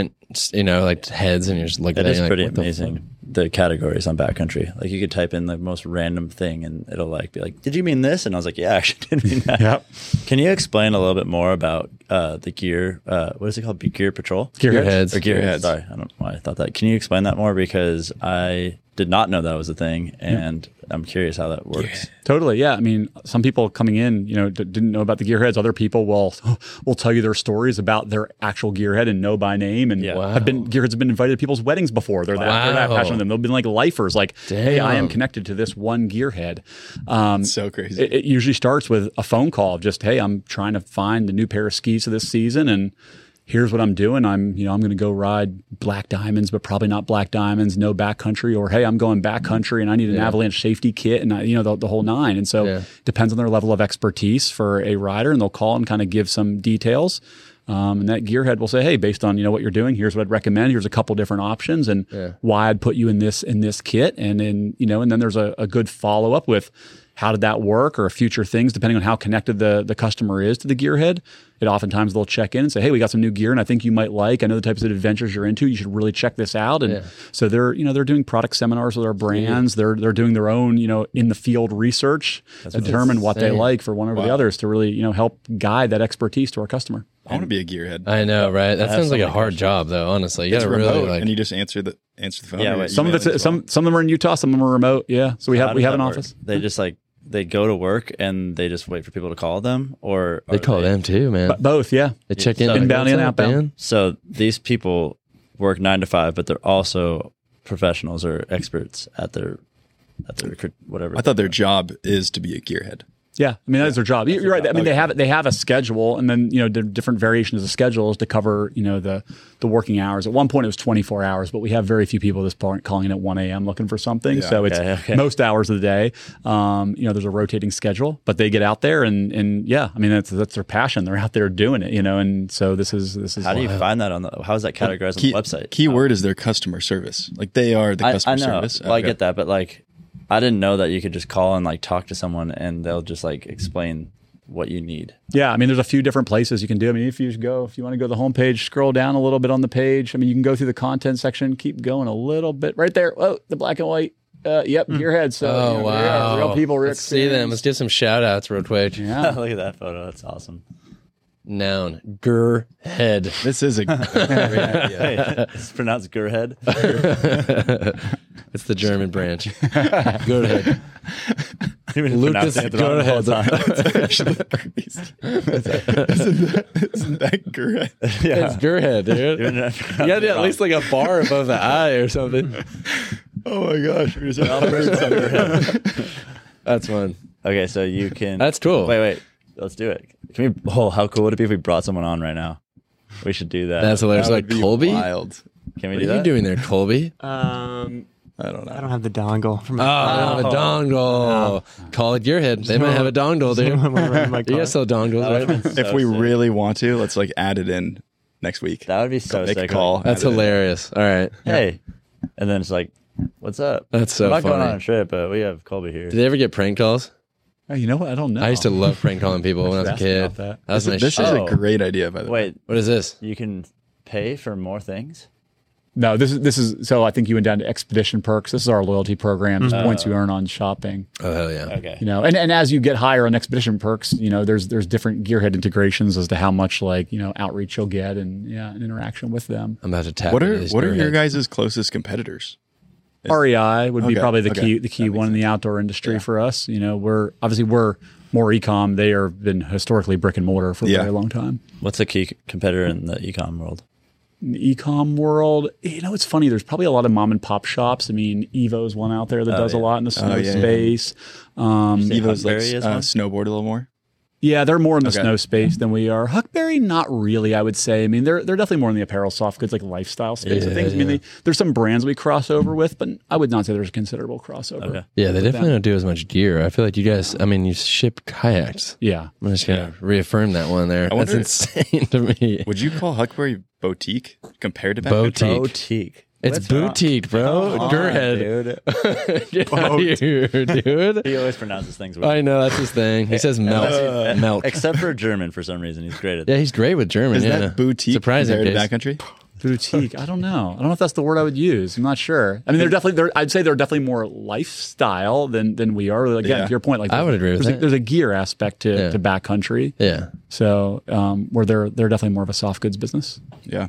You know, like heads, and you're just looking it at is it, like, pretty what the amazing. The, categories on backcountry, like you could type in the most random thing, and it'll like be like, "Did you mean this?" And I was like, "Yeah, I actually did mean that." Yep. Can you explain a little bit more about uh, the gear? Uh, what is it called? Be- Gear Patrol. Gearheads. Your heads. Or gearheads. Gearheads. Sorry, I don't know why I thought that. Can you explain that more? Because I did not know that was a thing, and I'm curious how that works. Totally, yeah. I mean, some people coming in, you know, d- didn't know about the gearheads. Other people will will tell you their stories about their actual gearhead and know by name. And Yeah. have been gearheads have been invited to people's weddings before. They're that, they're that Wow. passionate. They've been like lifers, like, hey, I am Damn. connected to this one gearhead. Um, so crazy. it, it usually starts with a phone call of just, hey, I'm trying to find the new pair of skis for this season, and here's what I'm doing. I'm, you know, I'm going to go ride black diamonds, but probably not black diamonds, no backcountry, or hey, I'm going backcountry and I need an avalanche safety kit, and I, you know, the, the whole nine. And so Yeah. depends on their level of expertise for a rider, and they'll call and kind of give some details. Um, and that gearhead will say, "Hey, based on you know what you're doing, here's what I'd recommend. Here's a couple different options, and why I'd put you in this in this kit." And then you know, and then there's a, a good follow up with, how did that work or future things, depending on how connected the, the customer is to the gearhead. It oftentimes they'll check in and say, Hey, we got some new gear and I think you might like. I know the types of adventures you're into. You should really check this out. And so they're, you know, they're doing product seminars with our brands. They're they're doing their own, you know, in the field research, to determine what they insane. like for one over the others to really, you know, help guide that expertise to our customer. I want to be a gearhead. I know, right? That sounds like a hard job, though. Honestly, you it's gotta remote, really like. and you just answer the answer the phone. Yeah, or wait, Some of email it's as well. some some of them are in Utah, some of them are remote. Yeah, so we How have we does have that an work? office. They just like they go to work and they just wait for people to call them, or they are call them too, man. But both, yeah. They check in so- like, Inbound and "What's up, outbound." man?" So these people work nine to five, but they're also professionals or experts at their at their recruit- whatever. I thought their job is to be a gearhead. Yeah, I mean that is their job. You're right. I mean they have they have a schedule, and then you know there are different variations of schedules to cover you know the the working hours. At one point it was 24 hours, but we have very few people at this point calling in at 1 a.m. looking for something. so it's Okay, okay. most hours of the day. Um, you know there's a rotating schedule, but they get out there and and yeah, I mean that's that's their passion. They're out there doing it, you know. And so this is this is how do you find that on the? How is that categorized Key, on the website? Key word is their customer service. Like they are the I, customer I know. service. Well, I get that, but like, I didn't know that you could just call and like talk to someone and they'll just like explain what you need. Yeah, I mean, there's a few different places you can do. I mean, if you just go, if you want to go to the homepage, scroll down a little bit on the page. I mean, you can go through the content section, keep going a little bit right there. Oh, the black and white. Uh, yep, gearhead. So, Oh you know, yeah, wow! real people, real Let's see them. Let's experience. give some shout outs real quick. Yeah. Look at that photo. That's awesome. Noun. Ger head. This is a Hey, it's pronounced Gerhead. It's the German branch. Go ahead. Lucas isn't that gearhead? It's Gerhead, dude. You gotta do at least like a bar above the eye or something. Oh my gosh, we're just That's one. Okay, so you can. That's cool. Wait, wait. Let's do it. Can we? Oh, how cool would it be if we brought someone on right now? We should do that. That's hilarious. That like would be Colby. What Wild. Can we are do you that? doing there, Colby? Oh. Um, I don't know. I don't have the dongle. From Oh, I don't have a dongle. Call it Gearhead. They might have a dongle, Oh, dude. my You car. guys sell dongles, right? if we sick. really want to, let's like add it in next week. that would be so Make a sick. call. That's add it in. hilarious. All right. Like, hey, and then it's like, what's up? That's so I'm not going funny. on a trip, but we have Colby here. Did they ever get prank calls? Hey, you know what? I don't know. I used to love prank calling people when I was a Ask kid. Oh. about that. was my This shit. is Oh. a great idea, by the way. Wait, What is this? you can pay for more things. No, this is this is so. I think you went down to Expedition Perks. This is our loyalty program. It's Points you earn on shopping. Oh hell yeah! Okay. you know and, and as you get higher on expedition perks you know there's there's different gearhead integrations as to how much like you know outreach you'll get and yeah an interaction with them I'm about to tap. What into are these what are your Gearheads. guys' closest competitors? rei E would be Okay, probably the okay. key the key one in the outdoor industry for us you know we're obviously we're more ecom they are been historically brick and mortar for Yeah. a very long time What's a key competitor in the ecom world? in the ecom world you know it's funny there's probably a lot of mom and pop shops i mean evo's one out there that does a lot in the snow Oh, yeah, yeah. space um Evo's like Huckberry is uh, one? snowboard a little more. Yeah, they're more in the Okay. snow space than we are. Huckberry, not really. I would say. I mean, they're they're definitely more in the apparel, soft goods, like lifestyle space of things. I mean, they, there's some brands we cross over with, but I would not say there's a considerable crossover. Yeah, they definitely don't do as much gear. I feel like you guys. I mean, you ship kayaks. Yeah, I'm just gonna reaffirm that one there. That's wonder- insane to me. Would you call Huckberry boutique compared to Backcountry? Boutique. Boutique. It's boutique, bro. Gerhead. Dude. Get out of here, dude. He always pronounces things weird. I know that's his thing. He says melt, Uh, melt. Except for German for some reason. He's great at that. Yeah, he's great with German. Is yeah. that boutique Surprising. compared Case. to Backcountry? boutique. I don't know. I don't know if that's the word I would use. I'm not sure. I mean, they're definitely. They're, I'd say they're definitely more lifestyle than than we are. Again, Yeah. to your point, like I would agree with there's a, that. there's a gear aspect to, Yeah. to backcountry, Yeah. so um, where they're they're definitely more of a soft goods business. Yeah.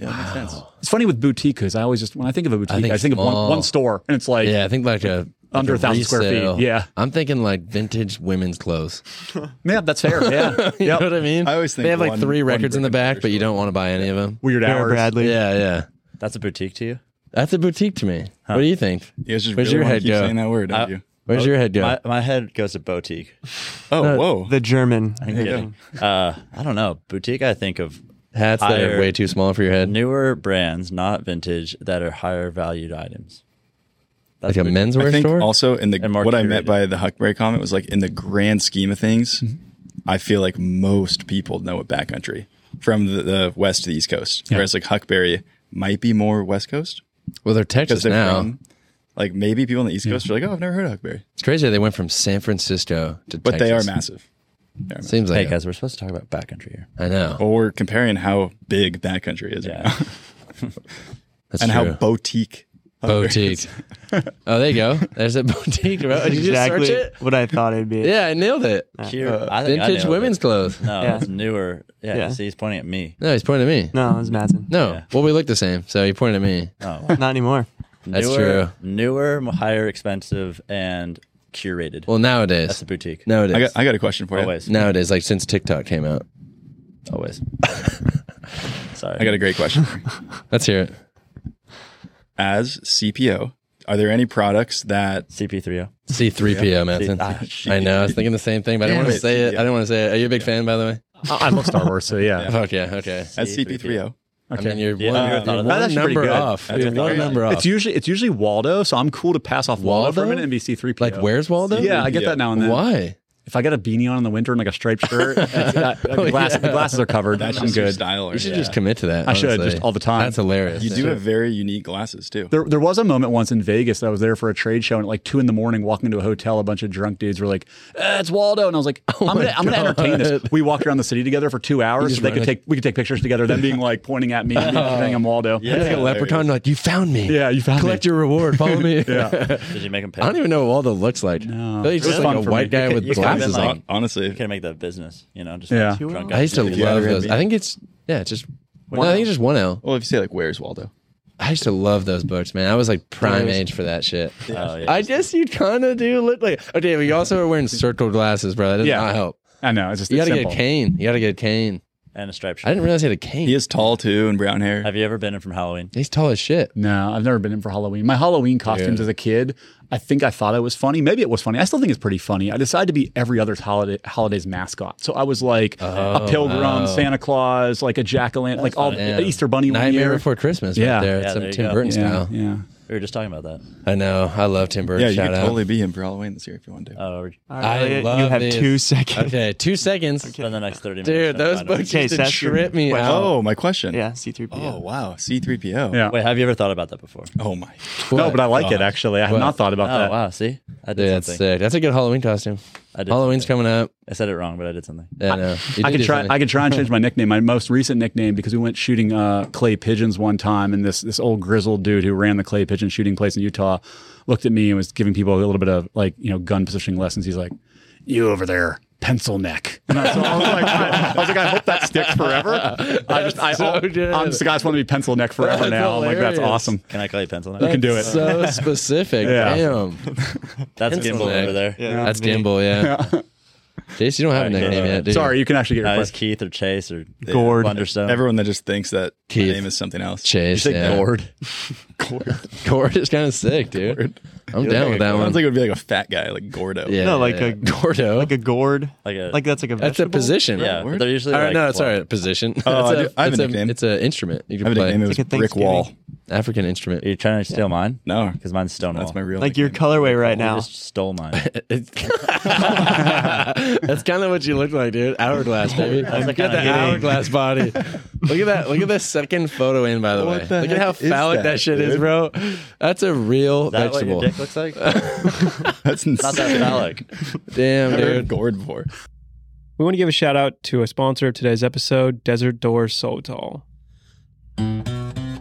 Yeah, that makes sense. It's funny with boutique because I always just when I think of a boutique, I think think, of one, small. one store, and it's like Yeah, I think like a Under like 1,000 square feet, resale. yeah. I'm thinking like vintage women's clothes. Yeah, that's fair. Yeah. You yep. know what I mean? I always think they have like one- three one records in the brand back, but you don't want to buy any of them. Weird Sarah hours. Bradley. Yeah, yeah. That's a boutique to you? That's a boutique to me. What do you think? You guys just Where's really your wanna head keep go? saying that word, don't I- you? Where's your head go? Oh, My, my head goes to boutique. Oh, whoa. The German. Kidding. Uh, I don't know. Boutique, I think of Hats that are higher- way too small for your head. newer brands, not vintage, that are higher valued items. Like a I menswear think store? also in the And more what I meant curated. by the Huckberry comment was like in the grand scheme of things, I feel like most people know what backcountry from the, the west to the east coast, whereas like Huckberry might be more west coast well, they're Texas because they're now. from Like maybe people on the East Coast are like, oh, I've never heard of Huckberry, It's crazy how they went from San Francisco to but they are Texas. massive. They are massive. Seems Hey like it. guys, we're supposed to talk about backcountry here. I know. Well, we're comparing how big backcountry is right Yeah. now That's true. and how boutique. Huckberry boutique. is. oh, there you go. There's a boutique. Bro. Did you just exactly search it? what I thought it'd be. Yeah, I nailed it. Here, I think I Vintage nailed it. women's clothes. No, Yeah. it's newer. Yeah, Yeah. see, he's pointing at me. No, he's pointing at me. No, it was Madsen. No, Yeah. well, we look the same, so he pointed at me. Oh, Not anymore. That's newer, true. Newer, higher expensive, and curated. Well, nowadays, That's a boutique. nowadays, I got, I got a question for you. Always, nowadays, like since TikTok came out, always. Sorry, I got a great question. let's hear it. As CPO, are there any products that CP3O. C3PO, Matson. Ah, shit. I know. I was thinking the same thing, but I didn't Damn want to it. say it. I Yeah. didn't want to say it. Are you a big fan, by the way? I, I love Star Wars, so yeah. Fuck yeah. Okay. as CP3O? I mean, you're Yeah, one, I you're thought one of that. That's actually pretty number good. off. That's You're pretty one good. number off. It's usually it's usually Waldo, so I'm cool to pass off Waldo, for a Waldo? minute and be C3PO. like, where's Waldo? Yeah, I get that now and then. Why? If I got a beanie on in the winter and like a striped shirt, that's- that- Oh, the, glass- the glasses are covered. That's I'm just your good. style. You Right? should just commit to that. I should, honestly. just all the time. That's hilarious. You do have very unique glasses too. There, there was a moment once in Vegas that I was there for a trade show and at like two in the morning, walking into a hotel, a bunch of drunk dudes were like, eh, "It's Waldo," and I was like, Oh "I'm gonna, I'm gonna entertain this." We walked around the city together for two hours. just so Oh. they run could like- take, we could take pictures together. Them being like pointing at me, and being like, "Dang, I'm Waldo. It's like a leprechaun. Like you found me. Yeah, you found Collect me. your reward. Follow me. yeah. Did you make him pay? I don't even know what Waldo looks like. I feel like he's just Really? like a Fun for white me. guy with you could've glasses been, like, on. Hon- Honestly, Could make that business, you know? Just Yeah. drunk Two guys. I used to you love gotta those. be- I think it's yeah, just no, I think it's just one L. well, if you say like, "Where's Waldo?" I used to love those books, man. I was like prime Those- age for that shit. Oh, yeah. I guess you kind of do look like okay. But you also are wearing circled glasses, bro. That does Yeah. not help. I know. It's just You it's gotta simple. get a cane. You gotta get a cane. and a striped shirt. I didn't realize he had a cane. He is tall too and brown hair. Have you ever been in from Halloween? He's tall as shit. No, I've never been in for Halloween. My Halloween costumes Dude. as a kid, I think I thought it was funny. Maybe it was funny. I still think it's pretty funny. I decided to be every other holiday holiday's mascot. So I was like Oh, a pilgrim, Santa Claus, like a jack o' lantern, like all Yeah. the Easter bunny one Nightmare year. Before Christmas. right Yeah. there. Yeah, It's some there you Tim go. Burton yeah, style. yeah. We were just talking about that. I know. I love Tim Burton. yeah, you Shout could out. totally be him for Halloween this year if you want to. Oh, All right, I Elliot, you love have this. two seconds. Okay, two seconds. spend the next thirty minutes. Dude, trying to those find out. books Okay, used to that's your trip me question. out. oh, my question. Yeah, C3PO. Oh wow, C3PO. Yeah. Wait, have you ever thought about that before? Oh my. No, but I like it actually. I have What? not thought about Oh that. wow, see, I did Dude, that's something. sick. That's a good Halloween costume. I did Halloween's coming up. I said it wrong, but I did something. Yeah, I, know. You I did could do try. something. I could try and change my nickname. My most recent nickname because we went shooting uh, clay pigeons one time, and this this old grizzled dude who ran the clay pigeon shooting place in Utah looked at me and was giving people a little bit of like you know gun positioning lessons. He's like, "You over there, pencil neck." And I, so I was like, "Oh I, I was like, I hope that sticks forever. I just, I, so good. I'm just, I just want to be pencil neck forever That's now. I'm like, that's hilarious. awesome. Can I call you pencil? You can do it. So specific. Yeah. Damn. That's Pencil Gimbal neck. over there. Yeah, That's me. Gimbal, yeah. Jace, you don't have a Alright, nickname yeah. yet, dude. Sorry, you can actually get your Uh, it's question. Keith or Chase or Gord. Thunderstone. Everyone that just thinks that my Keith. name is something else. Chase. yeah. Gord. Gord is kind of sick, dude. I'm down with that one. Sounds like it would be like a fat guy, like Gordo. yeah, No, like yeah. a- Gordo. Like a gourd. Like a Like that's like a that's a vegetable? position. yeah. word? but They're usually All right, like, no, it's all well, right. Position. Oh, I it's do- I have a it's nickname. It's an instrument. You can I have a play. nickname. It It's was like a Brick Wall. Thanksgiving. African instrument. Are you trying to steal mine? No, because mine's Stonewall. that's my real. Like your nickname. colorway right You now. just stole mine. That's kind of what you look like, dude. Hourglass, baby. Look the at kinda that kidding. hourglass body. Look at that. Look at the second photo in, by the What way. the look at heck how is phallic that, that, shit is, dude? bro. That's a real that what vegetable. your dick looks like? Not That's that insane. phallic. Damn, I've heard dude. Gord before. We want to give a shout out to a sponsor of today's episode, Desert Door Sotal.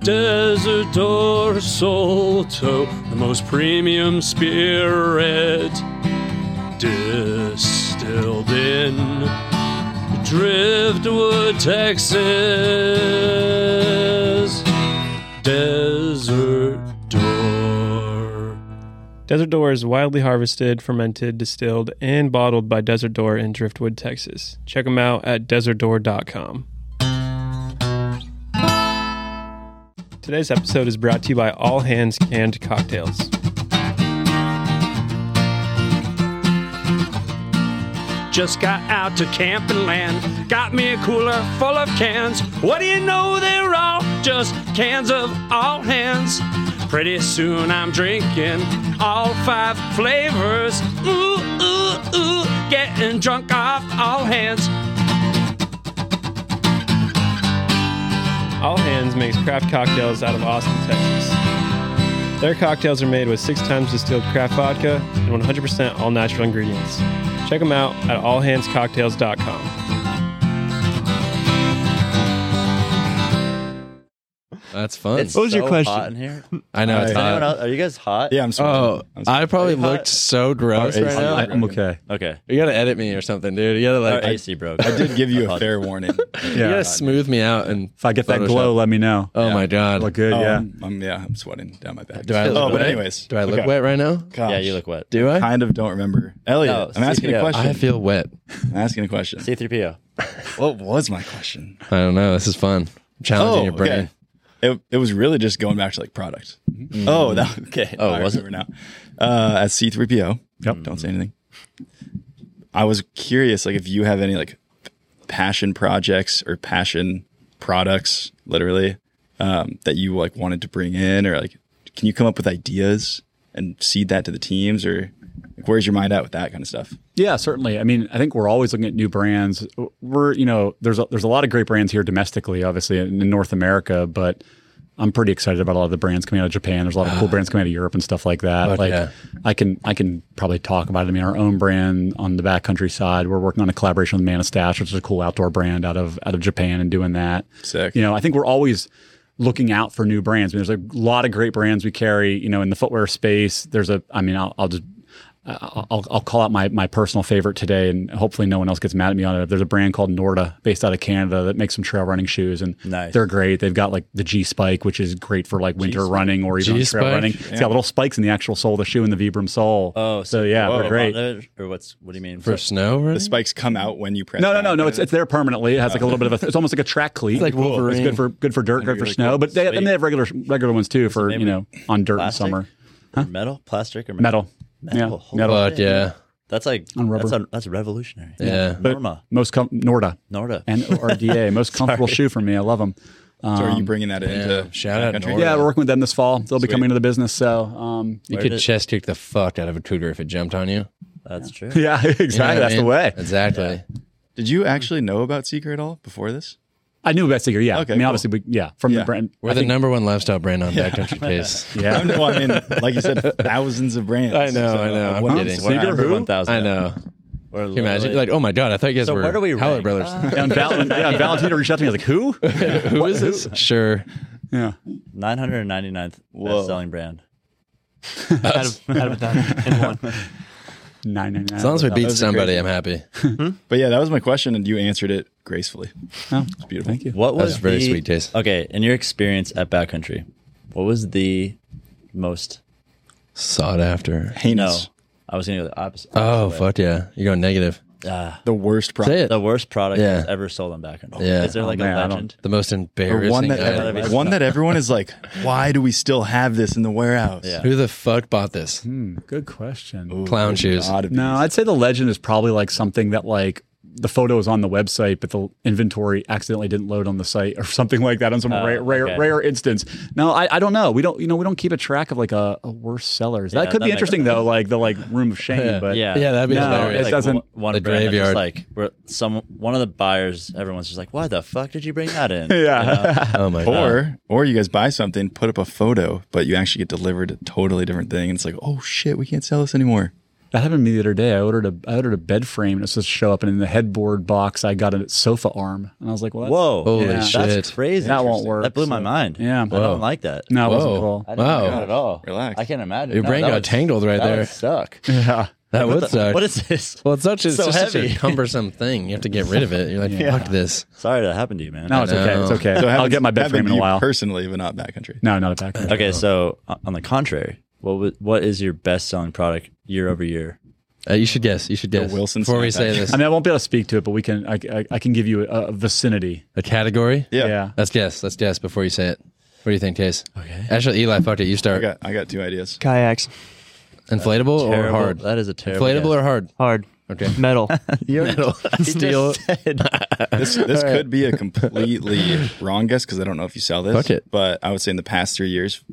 Desert or Solto, the most premium spirit distilled in Driftwood, Texas. Desert Door. Desert Door is wildly harvested, fermented, distilled, and bottled by Desert Door in Driftwood, Texas. Check them out at desertdoor.com. Today's episode is brought to you by All Hands Canned Cocktails. Just got out to camp and land. Got me a cooler full of cans. What do you know? They're all just cans of all hands. Pretty soon I'm drinking all five flavors. Ooh, ooh, ooh. Getting drunk off all hands. All Hands makes craft cocktails out of Austin, Texas. Their cocktails are made with six times distilled craft vodka and 100% all natural ingredients. Check them out at allhandscocktails.com. That's fun. It's What was your so question? Hot in here. I know it's Is anyone hot. else, are you guys hot? Yeah, I'm sorry. Oh, I probably Are you hot? looked so gross Our right AC. now. I, am okay. Okay. Oh, You gotta edit me or something, dude. You gotta Our like, AC broke. I did give you a Apologies. fair warning. you gotta Oh, Yeah. smooth me out. And If I get that glow, let me know. oh my god, Look good. Um, yeah. I'm, yeah, I'm sweating down my back. Do I look oh, but wet? anyways, do I look okay. wet right now? Gosh, Yeah, you look wet. Do I? Kind of don't remember. Elliot, No, I'm asking CPO. a question. Oh, I feel wet. I'm asking a question. C3PO. What was my question? I don't know. This is fun. I'm challenging your brain. Oh, It, it was really just going back to like product. Oh, that, okay. Oh, I was it? remember now? Uh, at C3PO. Yep. Don't say anything. I was curious, like, if you have any like passion projects or passion products, literally, um, that you like wanted to bring in, or like, can you come up with ideas and seed that to the teams, or like, where's your mind at with that kind of stuff? Yeah, certainly. I mean, I think we're always looking at new brands. We're, you know, there's a, there's a lot of great brands here domestically, obviously in, in North America, but I'm pretty excited about a lot of the brands coming out of Japan. There's a lot of cool brands coming out of Europe and stuff like that. Ah. But like, yeah. I can I can probably talk about it. I mean, our own brand on the backcountry side, we're working on a collaboration with Manastash, which is a cool outdoor brand out of out of Japan, and doing that. Sick. You know, I think we're always looking out for new brands. I mean, there's a lot of great brands we carry. You know, in the footwear space, there's a. I mean, I'll, I'll just I'll, I'll call out my, my personal favorite today, and hopefully no one else gets mad at me on it. There's a brand called Norda based out of Canada that makes some trail running shoes, and Nice. they're great. They've got like the G Spike, which is great for like winter running or even on G-Spike? trail running. It's got little spikes in the actual sole of the shoe and the Vibram sole. Oh, so, yeah, Whoa, they're great. Or what's, what do you mean? For snow, right? The spikes come out when you press. No, no, no, down. no. It's it's there permanently. It has like a little bit of a. It's almost like a track cleat. like Wolverine. It's good for good for dirt, good for really snow. cool. But they, and they have regular regular ones too for made you know on dirt in plastic? summer. Metal? Plastic or Metal. Metal. Yeah. Metal. but yeah, That's like, On rubber. That's, a, that's revolutionary. Yeah. But Norma. most com- Norda. Norda. N O R D A. Most comfortable shoe for me. I love them. So are you bringing that into Shout out country? North. Um, Yeah, we're working with them this fall. They'll be Sweet. coming into the business. So, um, you Where could did- chest kick the fuck out of a tutor if it jumped on you. You know that's true. yeah, exactly. what I That's mean? the way. Exactly. Did you actually know about Seeker at all before this? I knew about Seeker. Yeah. Okay, I mean, cool. obviously, we, yeah, from Yeah. Oh, the brand. We're the number one lifestyle brand on backcountry taste. I Yeah. know. I mean, like you said, thousands of brands. uh, I know, I know. I'm what- kidding. what- Seeker Under who? 1,000. I know. We're Can you imagine? literally- Like, oh my god, I thought you guys So were where do we Uh, Howlett rank? Brothers. Yeah, and Val- yeah, and Valentina reached out to me. I was like, who? Uh, Who is this? Sure. 999th best selling brand. Out of, out of that in one. Nine nine nine. As long as we beat those are somebody, I'm happy. But yeah, that was my question, and you answered it gracefully. It's beautiful. Oh, Thank you. What was That's very the- sweet, Jason. Okay, in your experience at backcountry, what was the most? Sought after. No, Heinous. I was gonna go the opposite. Oh fuck yeah, you're going negative. The worst Say product. it. The worst product Yeah. that's ever sold on backcountry. Yeah. Is there like Oh, man, I a don't- legend? The most embarrassing. Or one that, item. every- one that everyone is like, why do we still have this in the warehouse? Yeah. Who the fuck bought this? Hmm. Good question. Clown shoes. Oh God, No, I'd say the legend is probably like something that like the photo is on the website, but the inventory accidentally didn't load on the site or something like that on some rare, rare, Oh, okay. rare instance. No, I, I don't know. We don't, you know, we don't keep a track of like a, a worst sellers. That Yeah, could be that makes interesting though. Like the like room of shame, but Yeah, Yeah, that'd be No, hilarious. it Like, doesn't- one- One The brand that's just graveyard. like where some one of the buyers, everyone's just like, "Why the fuck did you bring that in?" yeah. Oh my god. Or or you guys buy something, put up a photo, but you actually get delivered a totally different thing. And it's like, oh shit, we can't sell this anymore. That happened to me the other day. I ordered a I ordered a bed frame and it was supposed to show up, and in the headboard box, I got a sofa arm, and I was like, "Well, that's- Whoa, Holy Yeah. shit. that's crazy. That won't work, That blew my so- mind. Yeah. I Whoa. don't like that. No, it wasn't Whoa. cool. I didn't Wow. like that at all. Relax. I can't imagine. Your No, brain that got would- tangled right that would there. suck. Yeah, That would suck. What is this? well, it's such, it's so just such a heavy? cumbersome thing. You have to get rid of it. You're like, fuck this. Sorry that happened to you, man. no, it's okay. It's okay. So it I'll happens- get my bed frame happened in to a you while. Personally, but not backcountry. no, not a back. Okay, so o- on the contrary, what wa- what is your best selling product year over year? Uh, you should guess. You should guess. Wilson Before we snap say back. this, I mean, I won't be able to speak to it, but we can. I, I, I can give you a, a vicinity. a category? Yeah. Yeah. Let's guess. Let's guess before you say it. What do you think, Case? Okay. Actually, Eli, fuck it. You I start. got I got two ideas. Kayaks. Inflatable or Terrible- hard? That is a terrible. Inflatable or hard? Hard. Okay. Metal. Steel. This this could be a completely wrong guess because I don't know if you sell this. Fuck it. But I would say in the past three years,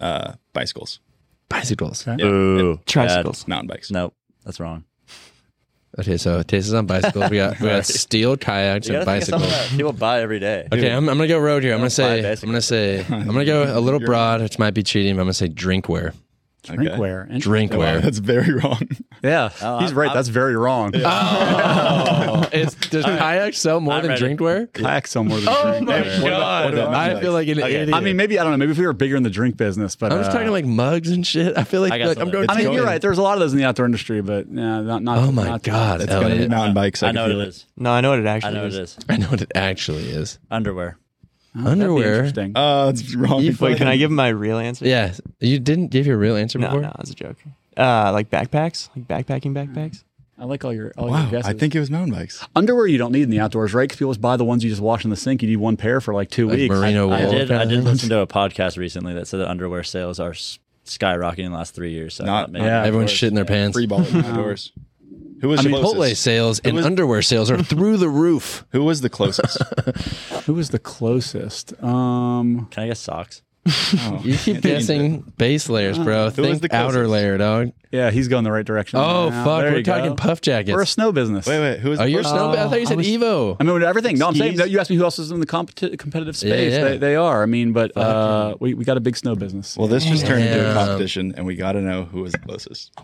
uh, bicycles, Bicycles. Ooh, Tricycles. mountain bikes. Nope, that's wrong. Okay, so Tastes on bicycles. We got we got steel kayaks You and gotta think of something bicycles. that people buy every day. Okay, I'm, I'm gonna go road here. I'm gonna buy say I'm bicycles. gonna say I'm gonna go a little broad, which might be cheating, but I'm gonna say drinkware. Drinkware. Interesting. Wow, Drinkware. that's very wrong. Yeah, Oh, he's right. That's very wrong. It's, does kayaks sell more I'm than ready. drinkware? Kayak sell more than oh drink. What about- what about I mountain feel bikes? like an idiot. I mean, maybe I don't know. Maybe if we were bigger in the drink business, but I'm just uh, talking like mugs and shit. I feel like, I got like I'm something. going. It's I mean, you're going- right. There's a lot of those in the outdoor industry, but yeah, not not. Oh my not- god, it's gonna be Elliot. mountain bikes. I know can what feel it is. No, I know what it actually I know what is. it is. I know what it actually is. Underwear. That'd be Underwear. interesting. Uh, it's wrong. You Wait, can I give my real answer? Yeah, you didn't give your real answer No, before. no, it's a joke. Uh, like backpacks, like backpacking backpacks. I like all your all your Wow, guesses. I think it was mountain bikes. underwear you don't need in the outdoors, right? Because people just buy the ones you just wash in the sink. You need one pair for like two Like weeks. merino wool. I did. I kind did of listen to a podcast recently that said that underwear sales are s- skyrocketing in the last three years. So Not- maybe- yeah. Everyone's shitting their pants. Free ball outdoors. Who was I mean, Chipotle closest? sales and was- underwear sales are through the roof. Who was the closest? Who was the closest? Um, Can I guess socks? Oh. You keep guessing base layers, bro. Who was Think the outer closest? layer, dog. yeah, he's going the right direction. Oh Yeah, fuck, there we're you go. talking puff jackets. We're a snow business. Wait, wait. Who was oh, the Uh, you're first? snow. I thought you said Evo. I mean, with everything. No, I'm saying Skis? that you asked me who else is in the competi- competitive space. yeah. They, they are. I mean, but uh, we, we got a big snow business. Well, this just turned into Yeah. a competition, and we got to know who was the closest.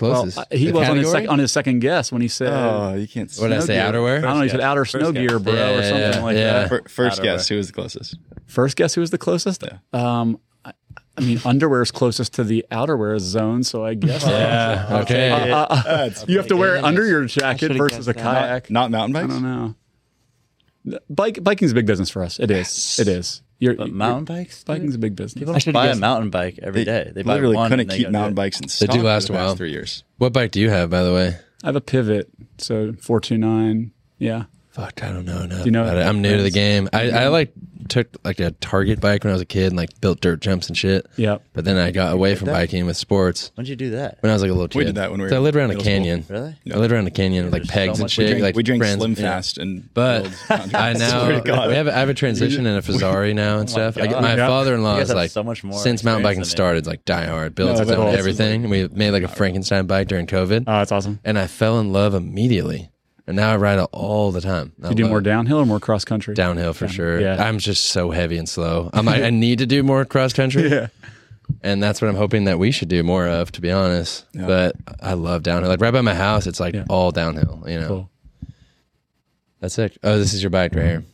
Well, Closest. uh, he The was on his, category? sec- on his second guess when he said, Oh, you can't. What did I snow say? gear. I Outerwear. don't know, he said outer snow first guess. gear, bro, Yeah, or yeah, something yeah. like Yeah. that. Fir- First Outerwear. guess. Who was the closest? First guess who was the closest? Um, I, I mean, underwear is closest to the outerwear zone, so I guess. Yeah. Okay. Uh, uh, you have to wear it under your jacket should've versus a guessed that. kayak. Not mountain I bikes. don't know. Bike biking's a big business for us. It is. It is. You're, But you're- mountain bikes. biking's a big business. People I should've buy a guessed- mountain bike every They day. They buy literally one couldn't and they keep go do mountain it. bikes do in stock for last the a while. past three years. What bike do you have, by the way? I have a pivot, so four two nine. Yeah. Fuck, I don't know enough. you know about it. I'm new to the game. I, I like took like a Target bike when I was a kid and like built dirt jumps and shit. Yep. But then I got away from biking with sports When'd you do that? when I was like a little kid. We did that when we So I were lived around a middle school. canyon. Really? I lived around a canyon with like There's pegs and so much- we shit. Drink- like we drink friends- Slim yeah. Fast and But Fields mountain I bikes. Swear now to God. we have a, I have a transition and a Fazari now and stuff. I, Oh God. my Yeah. father-in-law You guys is have like so much more since mountain biking experience than started, like die hard, builds No, its but own also- everything. We made like a Frankenstein bike during COVID, Oh, that's awesome. and I fell in love immediately. And now I ride it all the time. I You do love more it. downhill or more cross country? downhill for sure. Yeah. I'm just so heavy and slow. I'm, I, I need to do more cross country. Yeah. And that's what I'm hoping that we should do more of, to be honest. But I love downhill. Like right by my house, it's like all downhill, you know. Cool. That's it. Oh, this is your bike right here.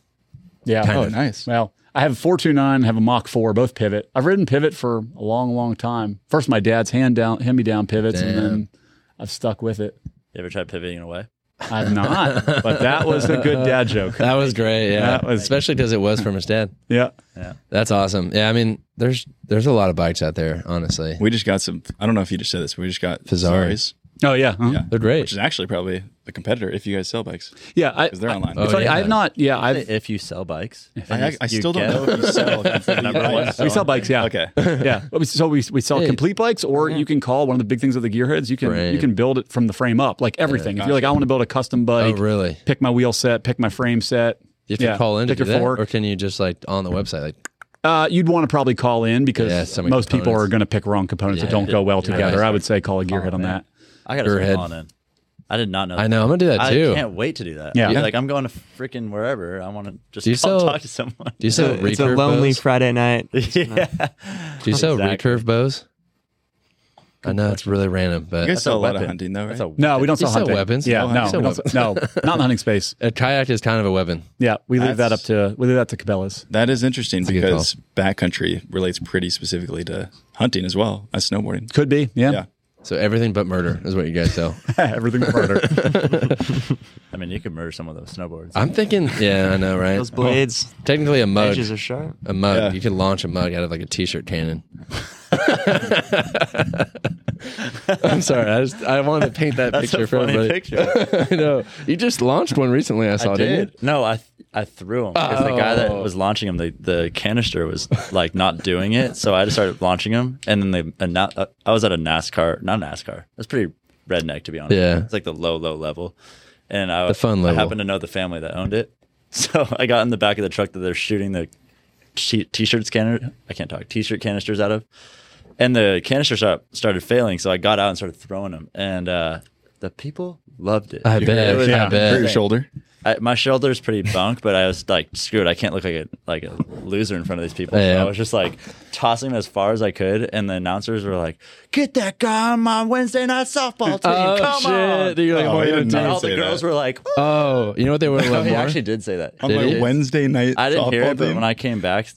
Yeah. Kind oh, of. Nice. Well, I have a 429, have a Mach 4, both pivot. I've ridden pivot for a long, long time. First, my dad's hand down, hand me down pivots, and then I've stuck with it. You ever tried pivoting away? I've not, but that was a good dad joke. That was great. Yeah. That was- Especially because it was from his dad. Yeah. That's awesome. Yeah. I mean, there's there's a lot of bikes out there, honestly. We just got some. I don't know if you just said this. But we just got Fazari. Fazaris, Oh yeah. Uh-huh. Yeah. They're great. which is actually probably a competitor if you guys sell bikes Yeah. I, because they're I- online. It's funny. Oh, yeah. I've not. Yeah. I've. If you sell bikes, I, I still don't get- know if you sell. completely bikes. We sell bikes. Yeah. Okay. Yeah. But we- So we, we sell Hey. complete bikes, or you can call one of the big things of the gearheads. You can Frame. you can build it from the frame up, like everything. if you're like, I want to build a custom Oh, bike, really? pick my wheel set, pick my frame set. You have to yeah, call in to pick do your that? fork. Or can you just like on the website, like, Uh, you'd want to probably call in because Yeah, so many most people components. are going to pick wrong components that don't go well together. I would say call a gearhead on that. I gotta start Gearhead. calling in. I did not know. I know, I'm going to do that I too. can't wait to do that. Yeah. Be like I'm going to freaking wherever. I want to just Do you call- sell- talk to someone. Do you So sell recurve it's a lonely bows? Friday night. yeah. Do you sell Exactly. recurve bows? I know it's really random, You but guys sell a lot of weapon. hunting though, right? That's a No, we don't You sell sell hunting. weapons. Yeah, Oh, no, you sell we don't- no, not in hunting space. a kayak is kind of a weapon. Yeah, we leave that up That's- to we leave that to Cabela's. That is interesting a good call. because backcountry relates pretty specifically to hunting as well as snowboarding. Could be. Yeah, Yeah. So everything but murder is what you guys sell. everything murder. I mean, you could murder someone with snowboards. I'm thinking, yeah, I know, right? Those blades, Technically, a mug, edges are sharp. a mug. Yeah. You could launch a mug out of like a t-shirt cannon. I'm sorry, I just I wanted to paint that That's picture a for funny everybody. picture. I know you just launched one recently. I saw, I didn't you? did. No, I th- I threw him because the guy that was launching him, the, the canister was like not doing it, so I just started launching him, and then they and not, uh, I was at a NASCAR, not NASCAR. That's pretty redneck to be honest. Yeah. it's like the low low level, and I The fun I level. happened to know the family that owned it, so I got in the back of the truck that they're shooting the t- t-shirts canister. I can't talk t-shirt canisters out of, and the canister shop started failing, so I got out and started throwing them, and uh, The people loved it. I bet. It was- Yeah. I bet. Hurt your shoulder. I, my shoulder's pretty bunk, but I was like, screw it, I can't look like a like a loser in front of these people. So Yeah. I was just like tossing it as far as I could, and the announcers were like, "Get that guy on my Wednesday night softball team! Oh, Come on!" shit. You're like, Oh, what I are you didn't doing? And all say the girls that. were like, "Woo!" Oh, you know what they would have No, loved he more? actually did say that. On Did my he? Wednesday night I didn't hear softball it, but team. when I came back,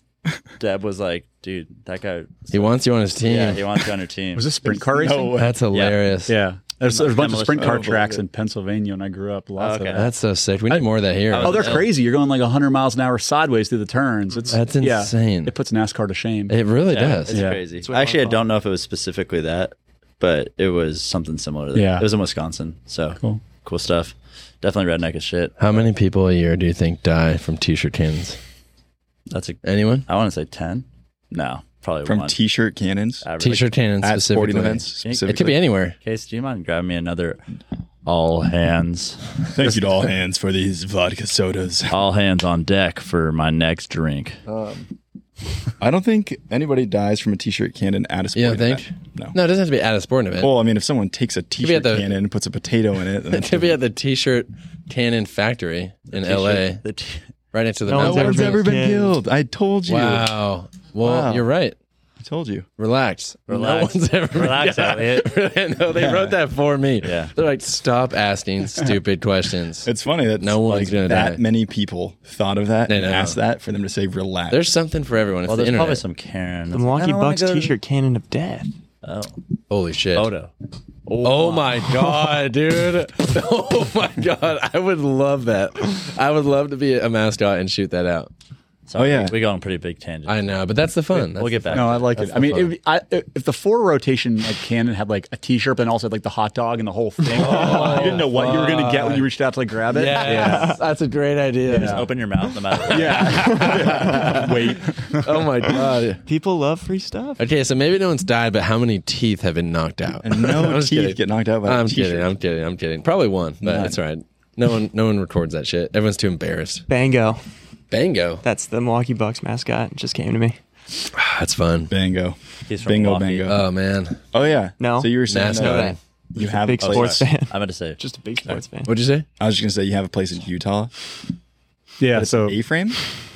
Deb was like, "Dude, that guy, he wants you on his team. yeah, he wants you on your team." Was this sprint car no racing? way. Oh, That's hilarious. Yeah. There's, there's a bunch of Demolition- sprint car oh, tracks okay. in Pennsylvania when I grew up. Oh, Lots Okay. of that. That's so sick. We need more of that here. Oh, they're crazy. You're going like 100 miles an hour sideways through the turns. It's That's yeah. insane. it puts NASCAR to shame. It really Yeah, does. It's Yeah. crazy. Actually, I don't know if it was specifically that, but it was something similar to that. Yeah. It was in Wisconsin. So Cool. cool, stuff. Definitely redneck as shit. How many people a year do you think die from t-shirt cans? That's a, Anyone? I want to say 10. No, probably from one. t-shirt cannons Average. T-shirt cannons at Uh, specifically. sporting events. Specifically. It could be anywhere. Case, do you mind grabbing me another all hands, Thank you to all hands for these vodka sodas. all hands on deck for my next drink? Oh, I don't think anybody dies from a t-shirt cannon at a You sporting don't think? event. No. No, it doesn't have to be at a sporting event. Well, I mean, if someone takes a be t-shirt at the- cannon and puts a potato in it, it could be at the t-shirt cannon factory in L.A. The t- Right next to the No no mountain. one's ever been killed. I told you. Wow. Well, Wow. you're right. I told you. Relax. Relax. No one's ever been Relax, Yeah. no, they wrote that for me. Yeah. They're like, stop asking stupid questions. It's funny that No one's like, gonna that die. many people thought of that I and know. asked that for them to say relax. There's something for everyone. It's well, the there's internet. probably some Karen. The Milwaukee Bucks T-shirt cannon of death. Oh, Holy shit. photo. Oh my god, dude! Oh my god, I would love that. I would love to be a mascot and shoot that out. Sorry, Oh, yeah. We, we go on a pretty big tangent. I know, but that's the fun. That's we'll get back. No, to I it. like it. I mean, it, would be- I, if the four rotation like cannon had like a T-shirt, but then also had, like the hot dog and the whole thing, Oh, I didn't know what you were gonna get when you reached out to like grab it. Yes, that's a great idea. Just open your mouth no matter what. Yeah. Wait. Oh my god. People love free stuff. Okay, so maybe no one's died, but how many teeth have been knocked out? and no I'm just teeth kidding. get knocked out by a I'm t-shirt. kidding. I'm kidding. I'm kidding. Probably one, but it's all right. No one, no one records that shit. Everyone's too embarrassed. Bango. Bango. That's the Milwaukee Bucks mascot. It just came to me. That's fun. Bingo. He's from Bingo, Milwaukee. bingo. Oh man. oh, yeah. no. So you were saying Mascot. that you have Big a place- sports fan. I'm going to say Just a big sports fan. What'd you say? I was just going to say you have a place in Utah. Yeah. So A-frame?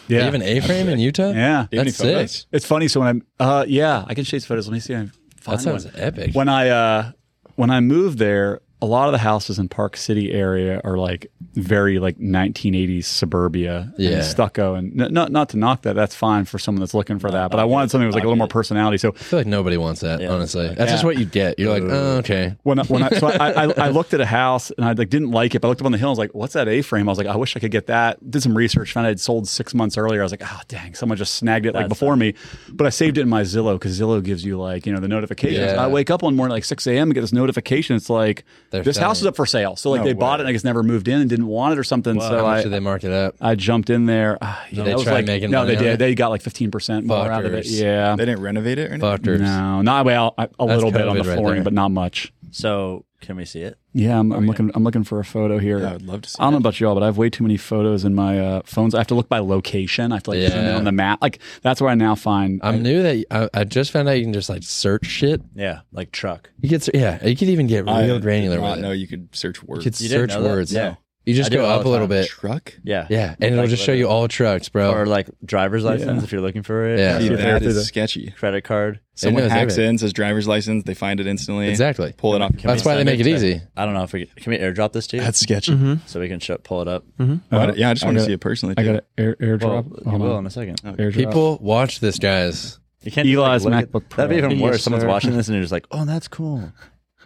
yeah. Even A-frame in Utah? yeah. Do you have any That's sick. photos? It's funny. So when I'm, uh, yeah, I can show you photos. Let me see. if I can find That sounds one. epic. When I uh, when I moved there, a lot of the houses in Park City area are like very like 1980s suburbia, Yeah. and stucco, and n- not not to knock that. That's fine for someone that's looking for that. But I wanted something that was like a little more personality. So I feel like nobody wants that, honestly. That's just what you get. You're like, oh, okay. when I, when I, so I, I, I looked at a house and I like didn't like it, but I looked up on the hill and I was like, "What's that A-frame?" I was like, "I wish I could get that." Did some research, found it had sold six months earlier. I was like, "Ah, dang, someone just snagged it like before me." But I saved it in my Zillow because Zillow gives you like you know the notifications. Yeah. And I wake up one morning at, like six a.m. and get this notification. It's like They're this house is selling up for sale. So like they bought it and I guess never moved in and didn't want it or something. How So much did I. they mark it up? I jumped in there. Ah, yeah, they that was try like, making no, money they on did. it? They got like fifteen percent more out of it. Fuckers. Yeah, They didn't renovate it or anything? Fuckers. no, not well. I- A little bit on the COVID right flooring, there. but not much. So, can we see it? Yeah, I'm, I'm looking. I'm looking for a photo here. Yeah, I would love to see I don't know that. about y'all, but I have way too many photos in my uh, phones. I have to look by location. I have to like zoom in Yeah. on the map. Like that's where I now find. I'm new that I, I just found out you can just like search shit. Yeah, like truck. You get yeah, you could even get I real granular did not with know it. you could search You words. could You didn't search know that? words. Yeah. You just I do go it all up a the little time. bit. Truck? Yeah. Yeah, and it'll Like just show you all trucks, bro. Or like driver's license Yeah. if you're looking for it. Yeah. Yeah. That they're the- is sketchy. Credit card. Someone knows hacks everything. in, says driver's license, they find it instantly. exactly. Pull it off. Can we That's why they send make it to- easy. I don't know if we can we airdrop this to you sketchy. so we can show, pull it up. Why do- yeah, I just I want to got- see it personally. I too. got an air, Well, airdrop. you Hold will on. Oh. in a second. Airdrop. People watch this, guys. You can't Eli's just, like, look MacBook at- That'd be Pro. even Yes, worse. Someone's sir. watching this and you're just like, "Oh, that's cool,"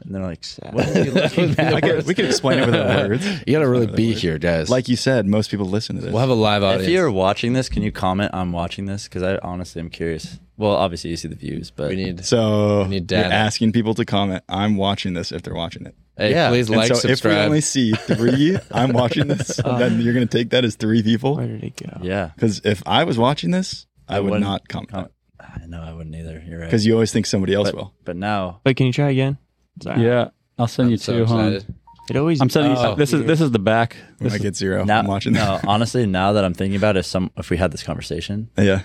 and they're like, "What are you looking at?" I could, we could explain it with our words. You gotta really be here, guys. Like you said, most people listen to this. we'll have a live If you're audience. watching this, can you comment? I'm watching this because I honestly am curious. Well, obviously you see the views, but We need. so need you're data. asking people to comment. I'm watching this if they're watching it. Hey, Yeah. please And like, so if we subscribe. only see three, I'm watching this, then you're going to take that as three Where people. did it go? yeah, Because if I was watching this, I, I would wouldn't not comment. I know I wouldn't either. You're right. Because you always think somebody else will. But now, Wait, can you try again? Sorry. Yeah, I'll send you So two. hon. excited. It always. I'm sending. Oh. you, this is this is the back. This I is- get zero. now I'm watching this. no, honestly, now that I'm thinking about it, if some if we had this conversation, Yeah.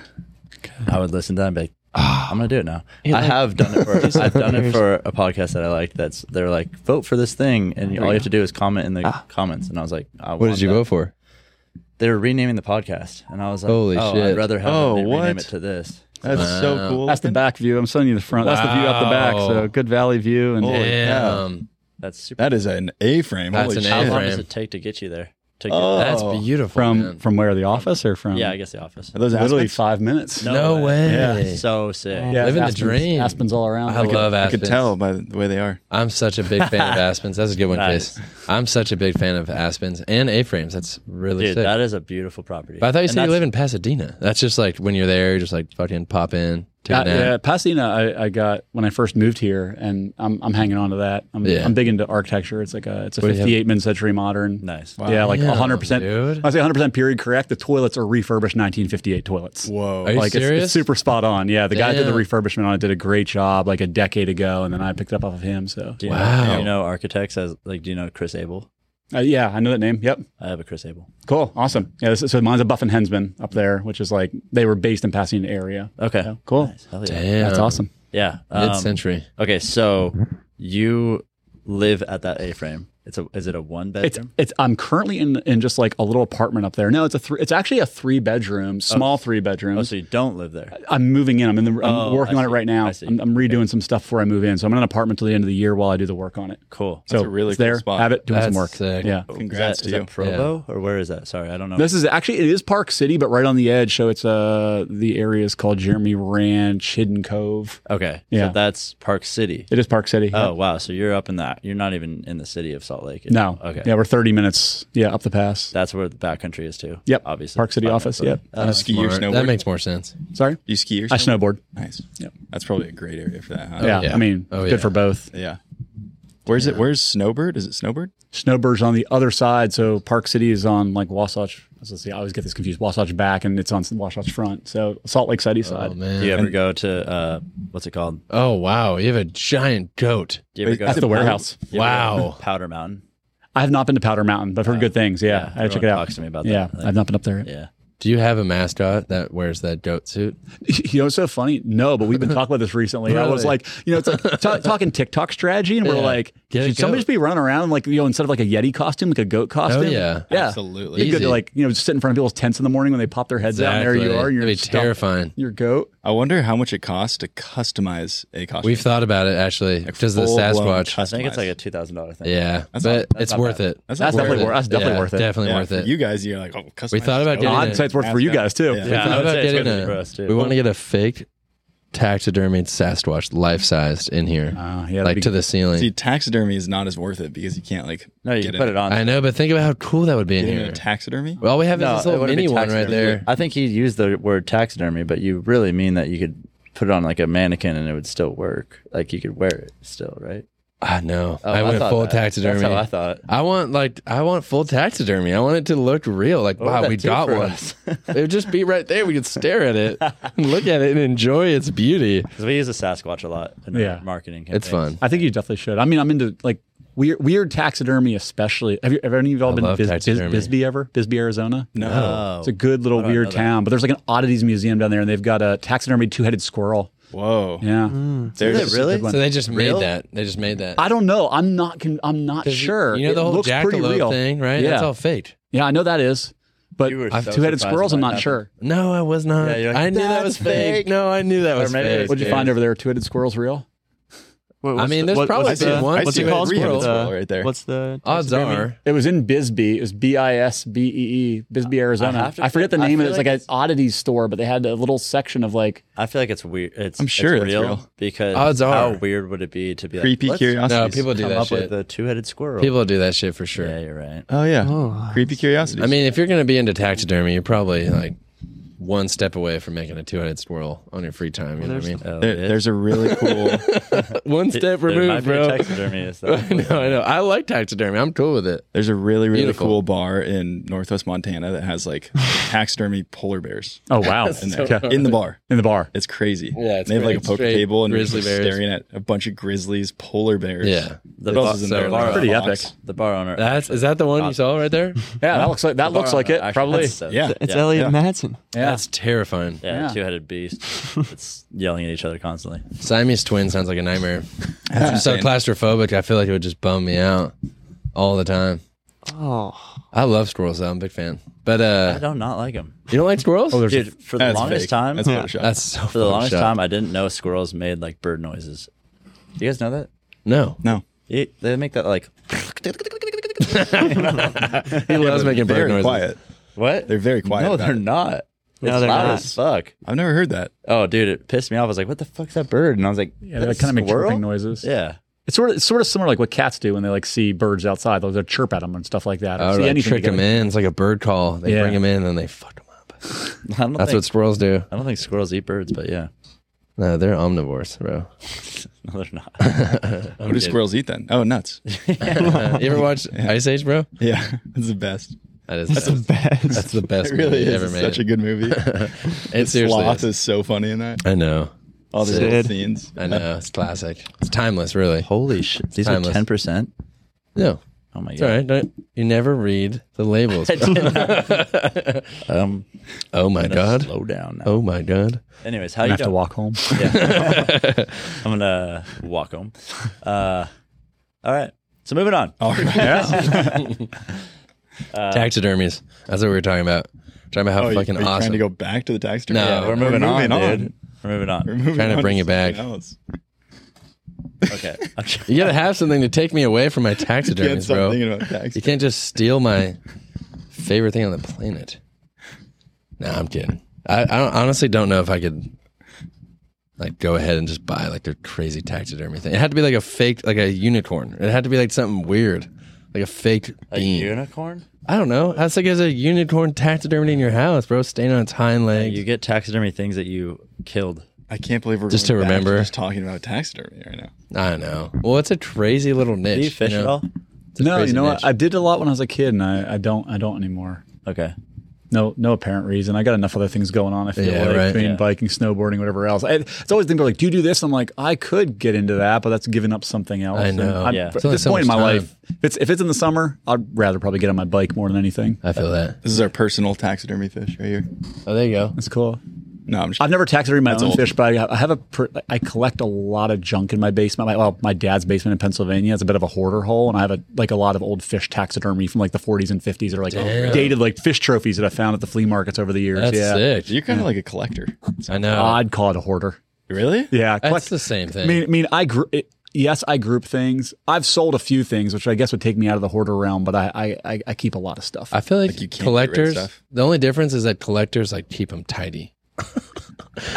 I would listen to that and be like, "Ah, I'm gonna do it now. Yeah, I like- have done it for I've done it Here's- for a podcast that I like. That's they're like vote for this thing, and all you have to do is comment in the comments. And I was like, I What did you vote for? They were renaming the podcast, and I was like, Holy oh, shit. I'd rather have Oh, oh, rename what? it to this. That's so cool. That's the back view. I'm sending you the front. That's the view out the back. Wow. So good valley view. And Holy cow. Um, That's super. That is an A-frame. That's Holy an shit. How A-frame. long Abraham. does it take to get you there? To get Oh, that's beautiful. from man. from where the office or from? yeah, I guess the office. Are those literally aspects? five minutes. no way. So sick. Yeah, Living the Aspen's- dream. Aspen's all around. I love I Aspens. could tell by the way they are. I'm such a big fan of Aspens. That's a good one, Nice. Chase. I'm such a big fan of Aspens and A-frames. That's really Dude, sick. that is a beautiful property. but I thought you And said you that's- live in Pasadena. That's just like when you're there, you just like fucking pop in, take Yeah, a nap. yeah, Pasadena. I, I got when I first moved here, and I'm I'm hanging on to that. I'm, Yeah. I'm big into architecture. It's like a it's a do you have? 58 mid-century modern. Nice. Yeah, like Damn, 100. percent dude. I say 100 percent period correct. The toilets are refurbished 1958 toilets. Whoa. Are you Like it's, serious? it's super spot on. Yeah, the guy that did the Damn. refurbishment on it did a great job like a decade ago, and then I picked it up off of him. So Do you Wow. Know, do you know architects as like? Do you know Chris Abel? uh, yeah, I know that name. Yep. I have a Chris Abel. Cool. Awesome. Yeah. This is, so mine's a Buff and Hensman up there, which is like they were based in Pasadena area. Okay. Yeah, cool. Nice. Hell yeah. Damn. That's awesome. Yeah. um, Mid-century. okay, so you live at that A frame. It's a is it a one It's bedroom? it's. I'm currently in in just like a little apartment up there. No, it's a three. It's actually a three bedroom, small three bedroom. oh, so you don't live there. I'm moving in. I'm in the. I'm Oh, working I on it see. right now. I see. I'm, I'm redoing some stuff before I move in. So I'm in an apartment till the end of the year while I do the work on it. Cool. So a really it's there. cool spot. Have it doing some That's work. sick. Yeah. Congrats is to that, is you. that Provo or where is that? Sorry, I don't know. This is actually it is Park City, but right on the edge. So it's uh the area is called Jeremy Ranch, Hidden Cove. okay. Yeah. So that's Park City. It is Park City. Oh wow. So you're up in that. You're not even in the city of Salt Lake. No. Okay. Yeah, we're 30 minutes. Yeah, up the pass. That's where the backcountry is too. Yep. Obviously. Park City Fuck, office. that's- Yep. Uh, ski or Smart. snowboard? That makes more sense. Sorry. you ski or snowboard? I snowboard. Nice. Yep. That's probably a great area for that. Huh? yeah, yeah. I mean, Oh, good yeah. for both. Yeah. Where's it? Where's Snowbird? Is it Snowbird? Snowbird's on the other side, so Park City is on like Wasatch. Let's see, I always get this confused. Wasatch back, and it's on Wasatch front. So Salt Lake City side. Oh man. Do you ever go to uh, what's it called? Oh wow. You have a giant goat. Do you ever Wait, go that's to the Powder- warehouse. do you ever go Wow. to Powder Mountain. I have not been to Powder Mountain, but Oh. I've heard good things. Yeah, I gotta check everyone it out. talks to me about yeah, that. I've not been up there. Yeah. Do you have a mascot that wears that goat suit? You know, it's so funny. No, but we've been talking about this recently. I was Really? like, you know, it's like ta- talking TikTok strategy, and we're Yeah. like, Get a should somebody goat. Oh, just be running around like you know instead of like a Yeti costume, like a goat costume? yeah. yeah, Absolutely. It'd be good Easy. to like you know just sit in front of people's tents in the morning when they pop their heads out. And there you Exactly. are. and You're That'd be stuffed- terrifying. Your goat. I wonder how much it costs to customize a costume. We've thought about it actually. Does the full-blown Sasquatch? customized. I think it's like a two thousand dollar thing. Yeah, That's but not- it's not worth bad. it. That's, That's not definitely worth worth. That's definitely Yeah, worth it. Definitely Yeah, worth for it. You guys, you're like, oh, customize we thought about goat. getting. I'd a- say it's worth for you guys too. Yeah. we thought I would about say it's getting worth it a- for us, too. We want to get a fake taxidermied Sasquatch, life sized, in here, Uh, yeah, that'd like be- to the ceiling. See, taxidermy is not as worth it because you can't like No, you get can put in- it on. I know, but think about how cool that would be in get in a here. taxidermy. Well, we have is this it little wouldn't be mini one right taxidermy. there. I think he used the word taxidermy, but you really mean that you could put it on like a mannequin and it would still work. Like you could wear it still, right? I know. Oh, I went thought full that. taxidermy. That's how I thought. I want like I want full taxidermy. I want it to look real. Like would wow, that we do got for one. us? it would just be right there. We could stare at it, and look at it, and enjoy its beauty. Because we use a Sasquatch a lot in Yeah. our marketing. Campaigns. It's fun. I think you definitely should. I mean, I'm into like weird, weird taxidermy, especially. Have you ever any of y'all been to love Bis- Bis- taxidermy. Bisbee ever? Bisbee, Arizona. No. Oh, It's a good little I don't weird know that. town, but there's like an oddities museum down there, and they've got a taxidermy two-headed squirrel. Whoa. Yeah, There's, is it really? good one. So they just Real? made that. They just made that. I don't know. I'm not. Con- I'm not 'Cause you- sure. You know the It whole looks pretty real. jackalope thing, right? Yeah, That's all fake. yeah, I know that is. But You were so two-headed surprised squirrels, I'm when not that sure. No, I was not. Yeah, you're like, I knew that "That's was fake. fake." No, I knew that was maybe it fake. was What'd you find over there? Two-headed squirrels, real? What- I what's mean, the- there's what- probably what's the- been one. I What's see it a called? three-headed Squirrel. squirrel right there. What's the Odds are. It was in Bisbee. It was B I S B E E, Bisbee, Arizona. have to I, forget the think- I name of it. feel It's like like an it's- oddities store, but they had a little section of like I feel like it's weird. It's I'm sure it's that's real, real. because Odds how are. weird would it be to be like, Creepy let's curiosity. No, people do come that up shit. with a two-headed squirrel. People do that shit for sure. yeah, you're right. Oh yeah. Creepy curiosity. I mean, if you're gonna be into taxidermy, you're probably like one step away from making a two-headed squirrel on your free time. You know what I mean? Oh, There- it- there's a really cool. one step there might removed, be a bro. taxidermy, is I that- know, I know. I like taxidermy. I'm cool with it. There's a really really Beautiful. cool bar in Northwest Montana that has like taxidermy polar bears oh wow in there Okay. in the bar. in the bar. It's crazy. Yeah, it's they have great. like a poker Straight table and grizzly grizzly bears. bears. staring at a bunch of grizzlies, polar bears. Yeah, The, What bar, else is in so there? Like a pretty fox? epic. the bar owner. that's is that the one you saw right there? Yeah, that looks like that looks like it. Actually, Probably. that's- Yeah. It's yeah. Elliot Madsen. Yeah. That's terrifying. Yeah, Yeah. two-headed beast. it's yelling at each other constantly. Siamese twin sounds like a nightmare. I'm so insane. claustrophobic. I feel like it would just bum me out all the time. Oh, I love squirrels. though. I'm a big fan. But uh, I don't not like him, you don't like squirrels? there's- dude. For the That's longest fake. time, That's Photoshop. That's so for the longest photoshopped. time, I didn't know squirrels made like bird noises. Do you guys know that? No, no. You- They make that like he loves making bird Very noises. quiet. what? They're very quiet. no, about they're it. not. No, it's they're loud not. as fuck. I've never heard that. Oh, dude, it pissed me off. I was like, "What the fuck's that bird?" And I was like, Yeah, "That they kind of make squirrel?" chirping noises. Yeah, It's sort of it's sort of similar like what cats do when they like see birds outside. They'll they'll chirp at them and stuff like that. or Oh, see like anything trick to get them in. It's like a bird call. They Yeah. bring them in and then they fuck them up. I don't That's think, what squirrels do. I don't think squirrels eat birds, but yeah, No, they're omnivores, bro. no, they're not. What do squirrels eat then? Oh, nuts. you ever watch Ice Age, bro? Yeah, that's the best. That is that's the best. that's the best It really movie is. ever It's made. such a good movie. it seriously Sloth is. is so funny in that. I know. All the little Sid. scenes. I know. It's classic. It's timeless, really. Holy shit! These are Timeless. ten percent. No, Oh my it's god! all right. Don't, you never read the labels. bro. Um, oh my god. slow down now. Oh my god. Anyways, how I you have to doing? walk home. I'm gonna walk home. Uh, all right. So moving on. All right. Taxidermies. That's what we were talking about. Talking about how Uh, Oh, you- fucking are you awesome. trying to go back to the tax No, Yeah, we're moving on, dude. We're moving We're on. moving Trying to on bring it back. something else. Okay. you gotta have something to take me away from my You had taxidermies, something bro. thinking about tax. You can't just steal my favorite thing on the planet. No, I'm kidding. I, I don't, honestly don't know if I could like go ahead and just buy like their crazy taxidermy thing. It had to be like a fake, like a unicorn. It had to be like something weird, like a fake A bean. unicorn? I don't know. That's like as a unicorn taxidermy in your house, bro, staying on its hind legs. You get taxidermy things that you killed. I can't believe we're Just going to back remember. just talking about taxidermy right now. I know. Well, it's a crazy little niche. Do you fish know? at all? It's a no, you crazy know niche. what? I did a lot when I was a kid, and I, I don't I don't anymore. Okay. No, no apparent reason. I got enough other things going on. I feel Yeah, like right. between Yeah. biking, snowboarding, whatever else. I, it's always been like, do you do this? I'm like, I could get into that, but that's giving up something else. I And know. I'm- Yeah. At It's only this so point in my much time. life, if it's if it's in the summer, I'd rather probably get on my bike more than anything. I feel that. This is our personal taxidermy fish right here. Oh, there you go. That's cool. No, I'm just I've never taxidermied my own old. fish, but I, I have a pr- I collect a lot of junk in my basement. My, well, my dad's basement in Pennsylvania. It's a bit of a hoarder hole, and I have a, like a lot of old fish taxidermy from like the 40s and 50s that are like dated like fish trophies that I found at the flea markets over the years. That's yeah, sick. You're kind of like a collector. I know. I'd call it a hoarder. Really? Yeah, That's collect- the same I thing. mean, I mean, I gr- it, yes, I group things. I've sold a few things, which I guess would take me out of the hoarder realm, but I I, I, I keep a lot of stuff. I feel like, you can't get rid of collectors. stuff. The only difference is that collectors like keep them tidy.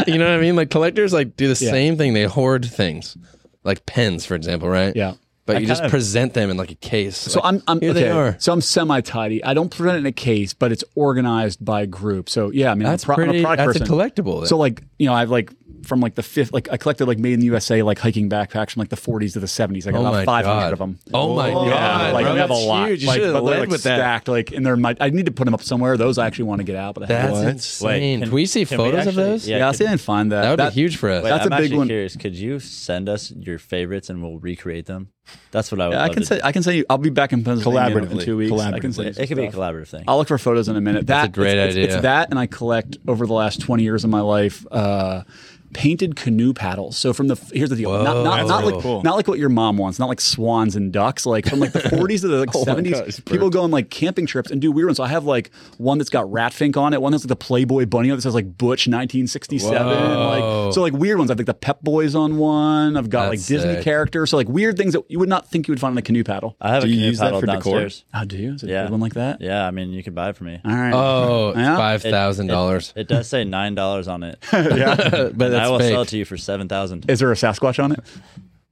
you know what I mean? Like collectors like do the Yeah. same thing. They hoard things, like pens, for example, right? yeah. But you just kinda- present them in like a case. So I'm, I'm here okay. they are. So I'm semi tidy. I don't put it in a case, but it's organized by group. So yeah, I mean, That's I'm, a pro- pretty. I'm a product that's person. a collectible. So like you know, I've like from like the fifth, like I collected like made in the USA like hiking backpacks from like the 40s to the 70s. I got oh my about 500 god. of them. Oh my god. like bro, I have a that's lot. Huge. You Like, should but have they're led like with that. stacked. Like and they're my. I need to put them up somewhere. Those I actually want to get out, but I haven't. That's What? insane. Wait, Can we see can we photos of actually- those? yeah, Yeah, I'll see if I can find that. That would be huge for us. Wait, That's I'm a big actually one. curious. Could you send us your favorites and we'll recreate them? That's what I would Yeah, I love can to say. I can say. I'll be back in Pennsylvania in Collaboratively. two weeks. I can do. say. Collaboratively. It could be a collaborative thing. I'll look for photos in a minute. That's a great it's, It's, idea. it's that, and I collect over the last twenty years of my life uh, painted canoe paddles. So from the here's the deal, not, not, That's not really like cool. not like what your mom wants, not like swans and ducks, like from like the 40s to the Oh like, 70s. people go on like camping trips and do weird ones. So I have like one that's got Ratfink on it, one that's like the Playboy bunny that says like Butch 1967, Whoa. like so like weird ones. I think the Pep Boys on one. I've got That's like Disney sick. Uh, characters, so like weird things that you would not think you would find on a canoe paddle. I have Do a you canoe use that paddle for decor? downstairs. Oh, do you? Is it Yeah. a good one like that? Yeah, I mean, you could buy it for me. All right. Oh, it's Yeah. five It- thousand dollars. It does say nine dollars on it. But that's I will fake. sell it to you for seven thousand. Is there a Sasquatch on it?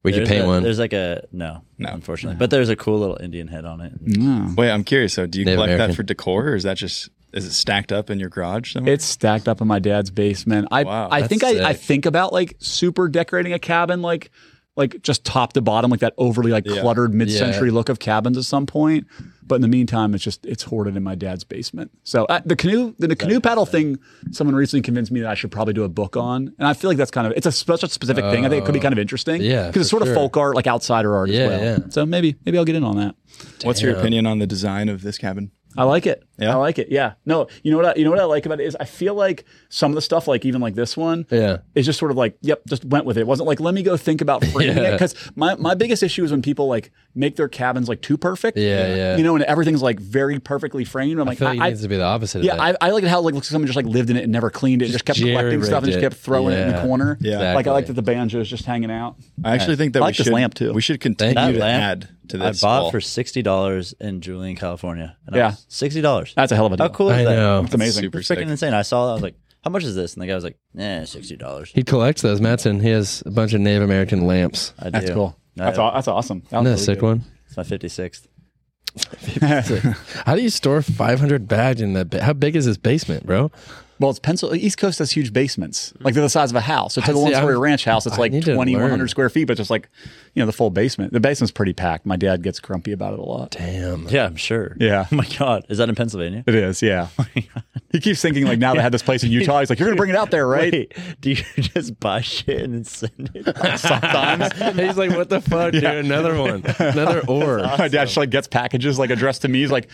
We could paint a, one. There's like a no, no, unfortunately. But there's a cool little Indian head on it. Mm. Wait, I'm curious. So, do you Native collect that American. for decor, or is that just is it stacked up in your garage somewhere? It's stacked up in my dad's basement. I Wow, I that's think I, I sick. think about like super decorating a cabin like like just top to bottom like that overly like Yeah. cluttered mid-century look of cabins at some point. But in the meantime, it's just it's hoarded in my dad's basement. So uh, the canoe the, the canoe paddle thing, someone recently convinced me that I should probably do a book on, and I feel like that's kind of it's a special specific thing. I think it could be kind of interesting. Oh. yeah, because it's for sort sure. of folk art, like outsider art Yeah, as well. yeah. So maybe maybe I'll get in on that. What's your opinion on the design of this cabin? I like it. Yeah? I like it. Yeah. No, you know what I, you know what I like about it is I feel like some of the stuff, like even like this one, Yeah. is just sort of like, yep, just went with it. It wasn't like, let me go think about framing it. Yeah. Because my, my biggest issue is when people like make their cabins like too perfect. Yeah, yeah. You know, and everything's like very perfectly framed. I'm I like, feel like I- it needs to be the opposite of yeah, that. I, I like it how like looks like someone just like lived in it and never cleaned it, just kept collecting jerry-rigged stuff and just it. kept throwing it in the Yeah. corner. Yeah. like I like Exactly. that the banjo is just hanging out. I actually think that I we like this should, lamp, too. We should continue Thank to you. add to I this. bought wall. for sixty dollars in Julian, California. And I Yeah. was- sixty dollars. That's a hell of a deal. How cool is I that? know. It's amazing. Super It's sick. freaking insane. I saw that. I was like, "How much is this?" And the guy was like, "Nah, sixty dollars." He collects those, Matson. He has a bunch of Native American lamps. I do. That's cool. I- That's, aw- that's awesome. That Isn't was really that a sick good. one? It's my fifty sixth. How do you store 500 bags in that? Ba- How big is this basement, bro? Well, it's Pennsylvania. East Coast has huge basements. Like they're the size of a house. So it's like a see, one story I- ranch house. It's I like need to 20, learn. 100 square feet, but just like, you know, the full basement. The basement's pretty packed. My dad gets grumpy about it a lot. Damn. Yeah, I'm sure. Yeah. Oh my god, is that in Pennsylvania? It is, yeah. he keeps thinking like now they have this place in Utah. He's like, you're going to bring it out there, right? Wait, do you just buy shit and then send it? Sometimes. He's like, what the fuck, dude? Another one. Another ore. My dad just like gets packages like addressed to me. He's like,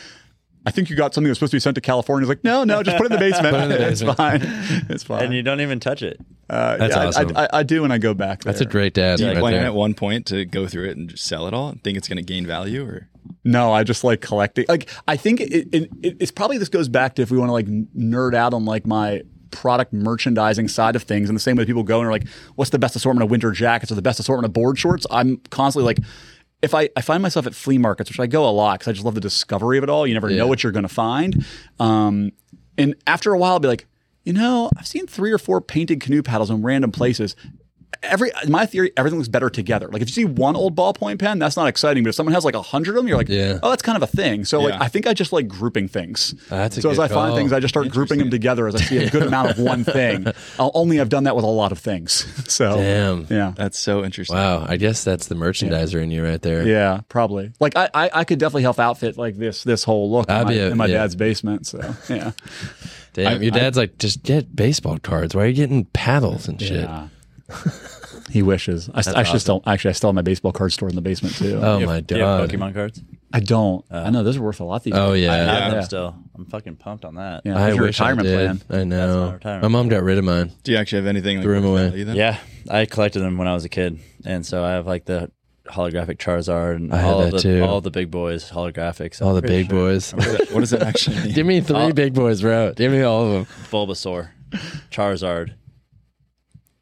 I think you got something that's supposed to be sent to California. He's like, no, no, just put it in the basement. Put it in the it's basement. fine. It's fine. and you don't even touch it. uh, That's yeah, I- awesome. I, I, I do when I go back. That's a great dad. Do you Right plan there. at one point to go through it and just sell it all and think it's going to gain value or No, I just like collecting. Like I think it, it, it, it's probably this goes back to if we want to like n- nerd out on like my product merchandising side of things, and the same way people go and are like, "What's the best assortment of winter jackets or the best assortment of board shorts?" I'm constantly like. If I, I find myself at flea markets, which I go a lot because I just love the discovery of it all. You never know what you're going to find. Um, and after a while, I'll be like, you know, I've seen three or four painted canoe paddles in random places every in my theory, everything looks better together. Like if you see one old ballpoint pen, that's not exciting. But if someone has like a hundred of them, you're like, Yeah. oh, that's kind of a thing. So like Yeah. I think I just like grouping things. That's a so as good Oh, I find call. things, I just start grouping them together as I see a good amount of one thing. I'll, only I've done that with a lot of things. So Damn. yeah. that's so interesting. Wow. I guess that's the merchandiser in you right there. Yeah, probably. Like I, I, I could definitely help outfit like this this whole look in I'd my, be a- in my yeah. dad's basement. So yeah, Damn. your dad's like, just get baseball cards. Why are you getting paddles and shit? yeah. he wishes. I, st- I should still actually I still have my baseball card stored in the basement too. Oh, my Do you have God. Pokemon cards? I don't. I know those are worth a lot these Oh, days. yeah. I have them Yeah. still. I'm fucking pumped on that. Yeah, I that's your wish I retirement did. plan. I know. my retirement my mom got rid of mine. Do you actually have anything like Threw 'em worth away. value then? Yeah, I collected them when I was a kid, and so I have like the holographic Charizard and I had all that the too. all the big boys holographics, All the big boys. What does that actually mean? Give me three Uh, big boys, bro. Give me all of them. Bulbasaur, Charizard,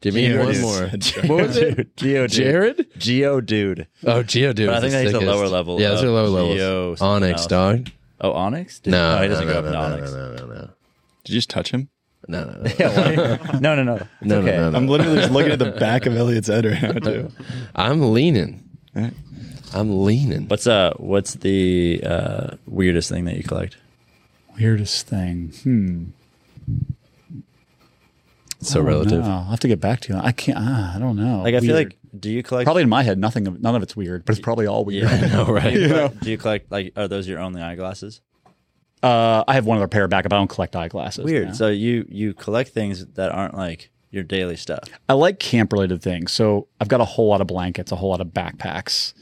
Give me You one already more. said- What was it? Geodude, Jared? Geodude. Oh, Geodude. But I is the think that's a sickest. lower level Yeah, those of are low Geo levels. something Onyx, else. dog. Oh, Onyx? Did- No, he doesn't no, no, go up no, in no, Onyx. No, no, no, Did you just touch him? no, no, no. No, no, no, It's No, okay. no, no, I'm no. literally just looking at the back of Elliot's head right now too. I'm leaning. I'm leaning. What's uh, what's the uh, weirdest thing that you collect? Weirdest thing. Hmm. It's so relative. No, I'll have to get back to you. I can't. ah, I don't know. Like, I feel Weird. like, do you collect? probably in my head, nothing. of None of it's weird, but it's probably all weird. Yeah. No, right? Do you collect- do you collect like are those your only eyeglasses? Uh, I have one other pair of backup. I don't collect eyeglasses. Weird. no. So you you collect things that aren't like your daily stuff. I like camp related things. So I've got a whole lot of blankets, a whole lot of backpacks.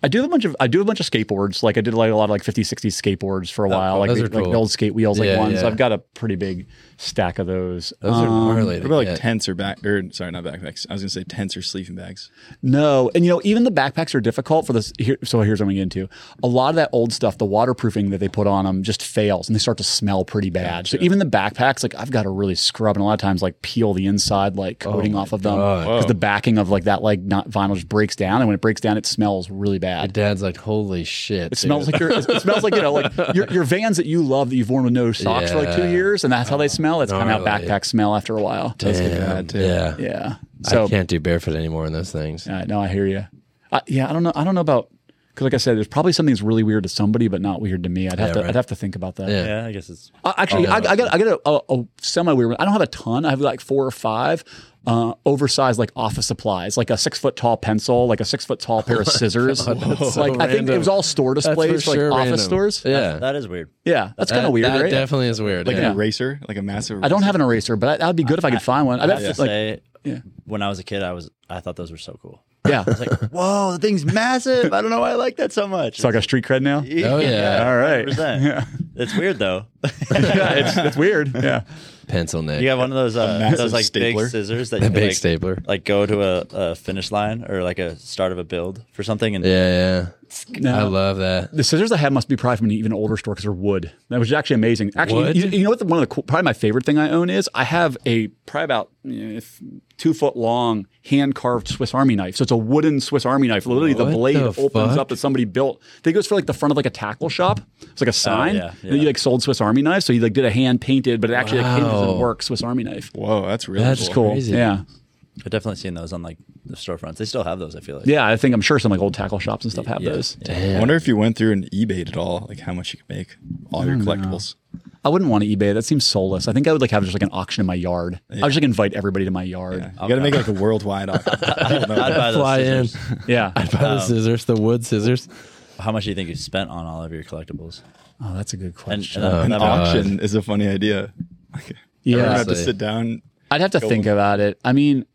I do have a bunch of I do have a bunch of skateboards. Like I did like a lot of like 50, 60 skateboards for a while. like Oh, those the, are like cool. the old skate wheels like Yeah, ones. yeah. I've got a pretty big stack of those. Um, Those are um, correlated. What about like yeah. tents or back or sorry, not backpacks. I was gonna say tents or sleeping bags. No, and you know even the backpacks are difficult for this. Here, so here's what I'm getting into: a lot of that old stuff, the waterproofing that they put on them, just fails, and they start to smell pretty bad. So even the backpacks, like I've got to really scrub, and a lot of times like peel the inside like coating off of them Oh God. because the backing of like that like not vinyl just breaks down, and when it breaks down, it smells really bad. Dad's like, holy shit. It smells like your. It smells like you know, like your, your vans that you love that you've worn with no socks for like two Yeah. years, and that's how they smell. It's kind of Gnarly. backpack smell after a while. Damn. Yeah. Yeah. I can't do barefoot anymore in those things. Uh, no, I hear you. I, yeah, I don't know. I don't know about because, like I said, there's probably something that's really weird to somebody, but not weird to me. I'd have Yeah, to. right. I'd have to think about that. Yeah. Yeah, I guess it's I, actually, I, I got. I got a, a, a semi weird one. I don't have a ton. I have like four or five uh, oversized like office supplies, like a six foot tall pencil, like a six foot tall pair Oh of scissors. It's like I think it random. was all store That's for displays, for, like sure office random. stores. Yeah. that is weird. Yeah, that's kind of weird. That right? definitely is weird. Like yeah. an eraser, like a massive. I don't eraser. have an eraser, but I, that'd be good if I could find one. I, I bet have to like, say, yeah. when I was a kid, I was I thought those were so cool. yeah, I was like, whoa, the thing's massive. I don't know why I like that so much. so I got street cred now. Oh, yeah. All right. 100%. It's weird though. yeah, it's, it's weird. Yeah. Pencil neck. You got one of those uh, massive those like stapler. big scissors that a you big like, stapler. like go to a, a finish line or like a start of a build for something and Yeah, yeah. I No. love that. The scissors I had must be probably from an even older store because they're wood. That was actually amazing. Actually, Wood? you, you know what? The, one of the cool, probably my favorite thing I own is I have a probably about eh, f- two foot long hand carved Swiss Army knife. So it's a wooden Swiss Army knife. Literally, What the blade the opens fuck? Oh, up that somebody built. I think it was for like the front of like a tackle shop. It's like a sign yeah, that you yeah. like sold Swiss Army knives. So you like did a hand painted, but it actually like hinges Wow. and works Swiss Army knife. Whoa, that's really That's It's cool. cool. Crazy. Yeah. I've definitely seen those on like the storefronts. They still have those. I feel like Yeah. I think I'm sure some like old tackle shops and stuff have Yeah. those. I wonder if you went through and eBayed at all, like how much you could make all your collectibles. I wouldn't want to eBay. That seems soulless. I think I would like have just like an auction in my yard. I would just like invite everybody to my yard. You got to make like a worldwide auction. I don't know. I'd buy those Fly in. scissors. Yeah. Buy the scissors, the wood scissors. How much do you think you spent on all of your collectibles? Oh, that's a good And, question. and that- An that- Uh, auction is a funny idea. Like, everyone yeah. had to Honestly. sit down. I'd have to think about it. I mean,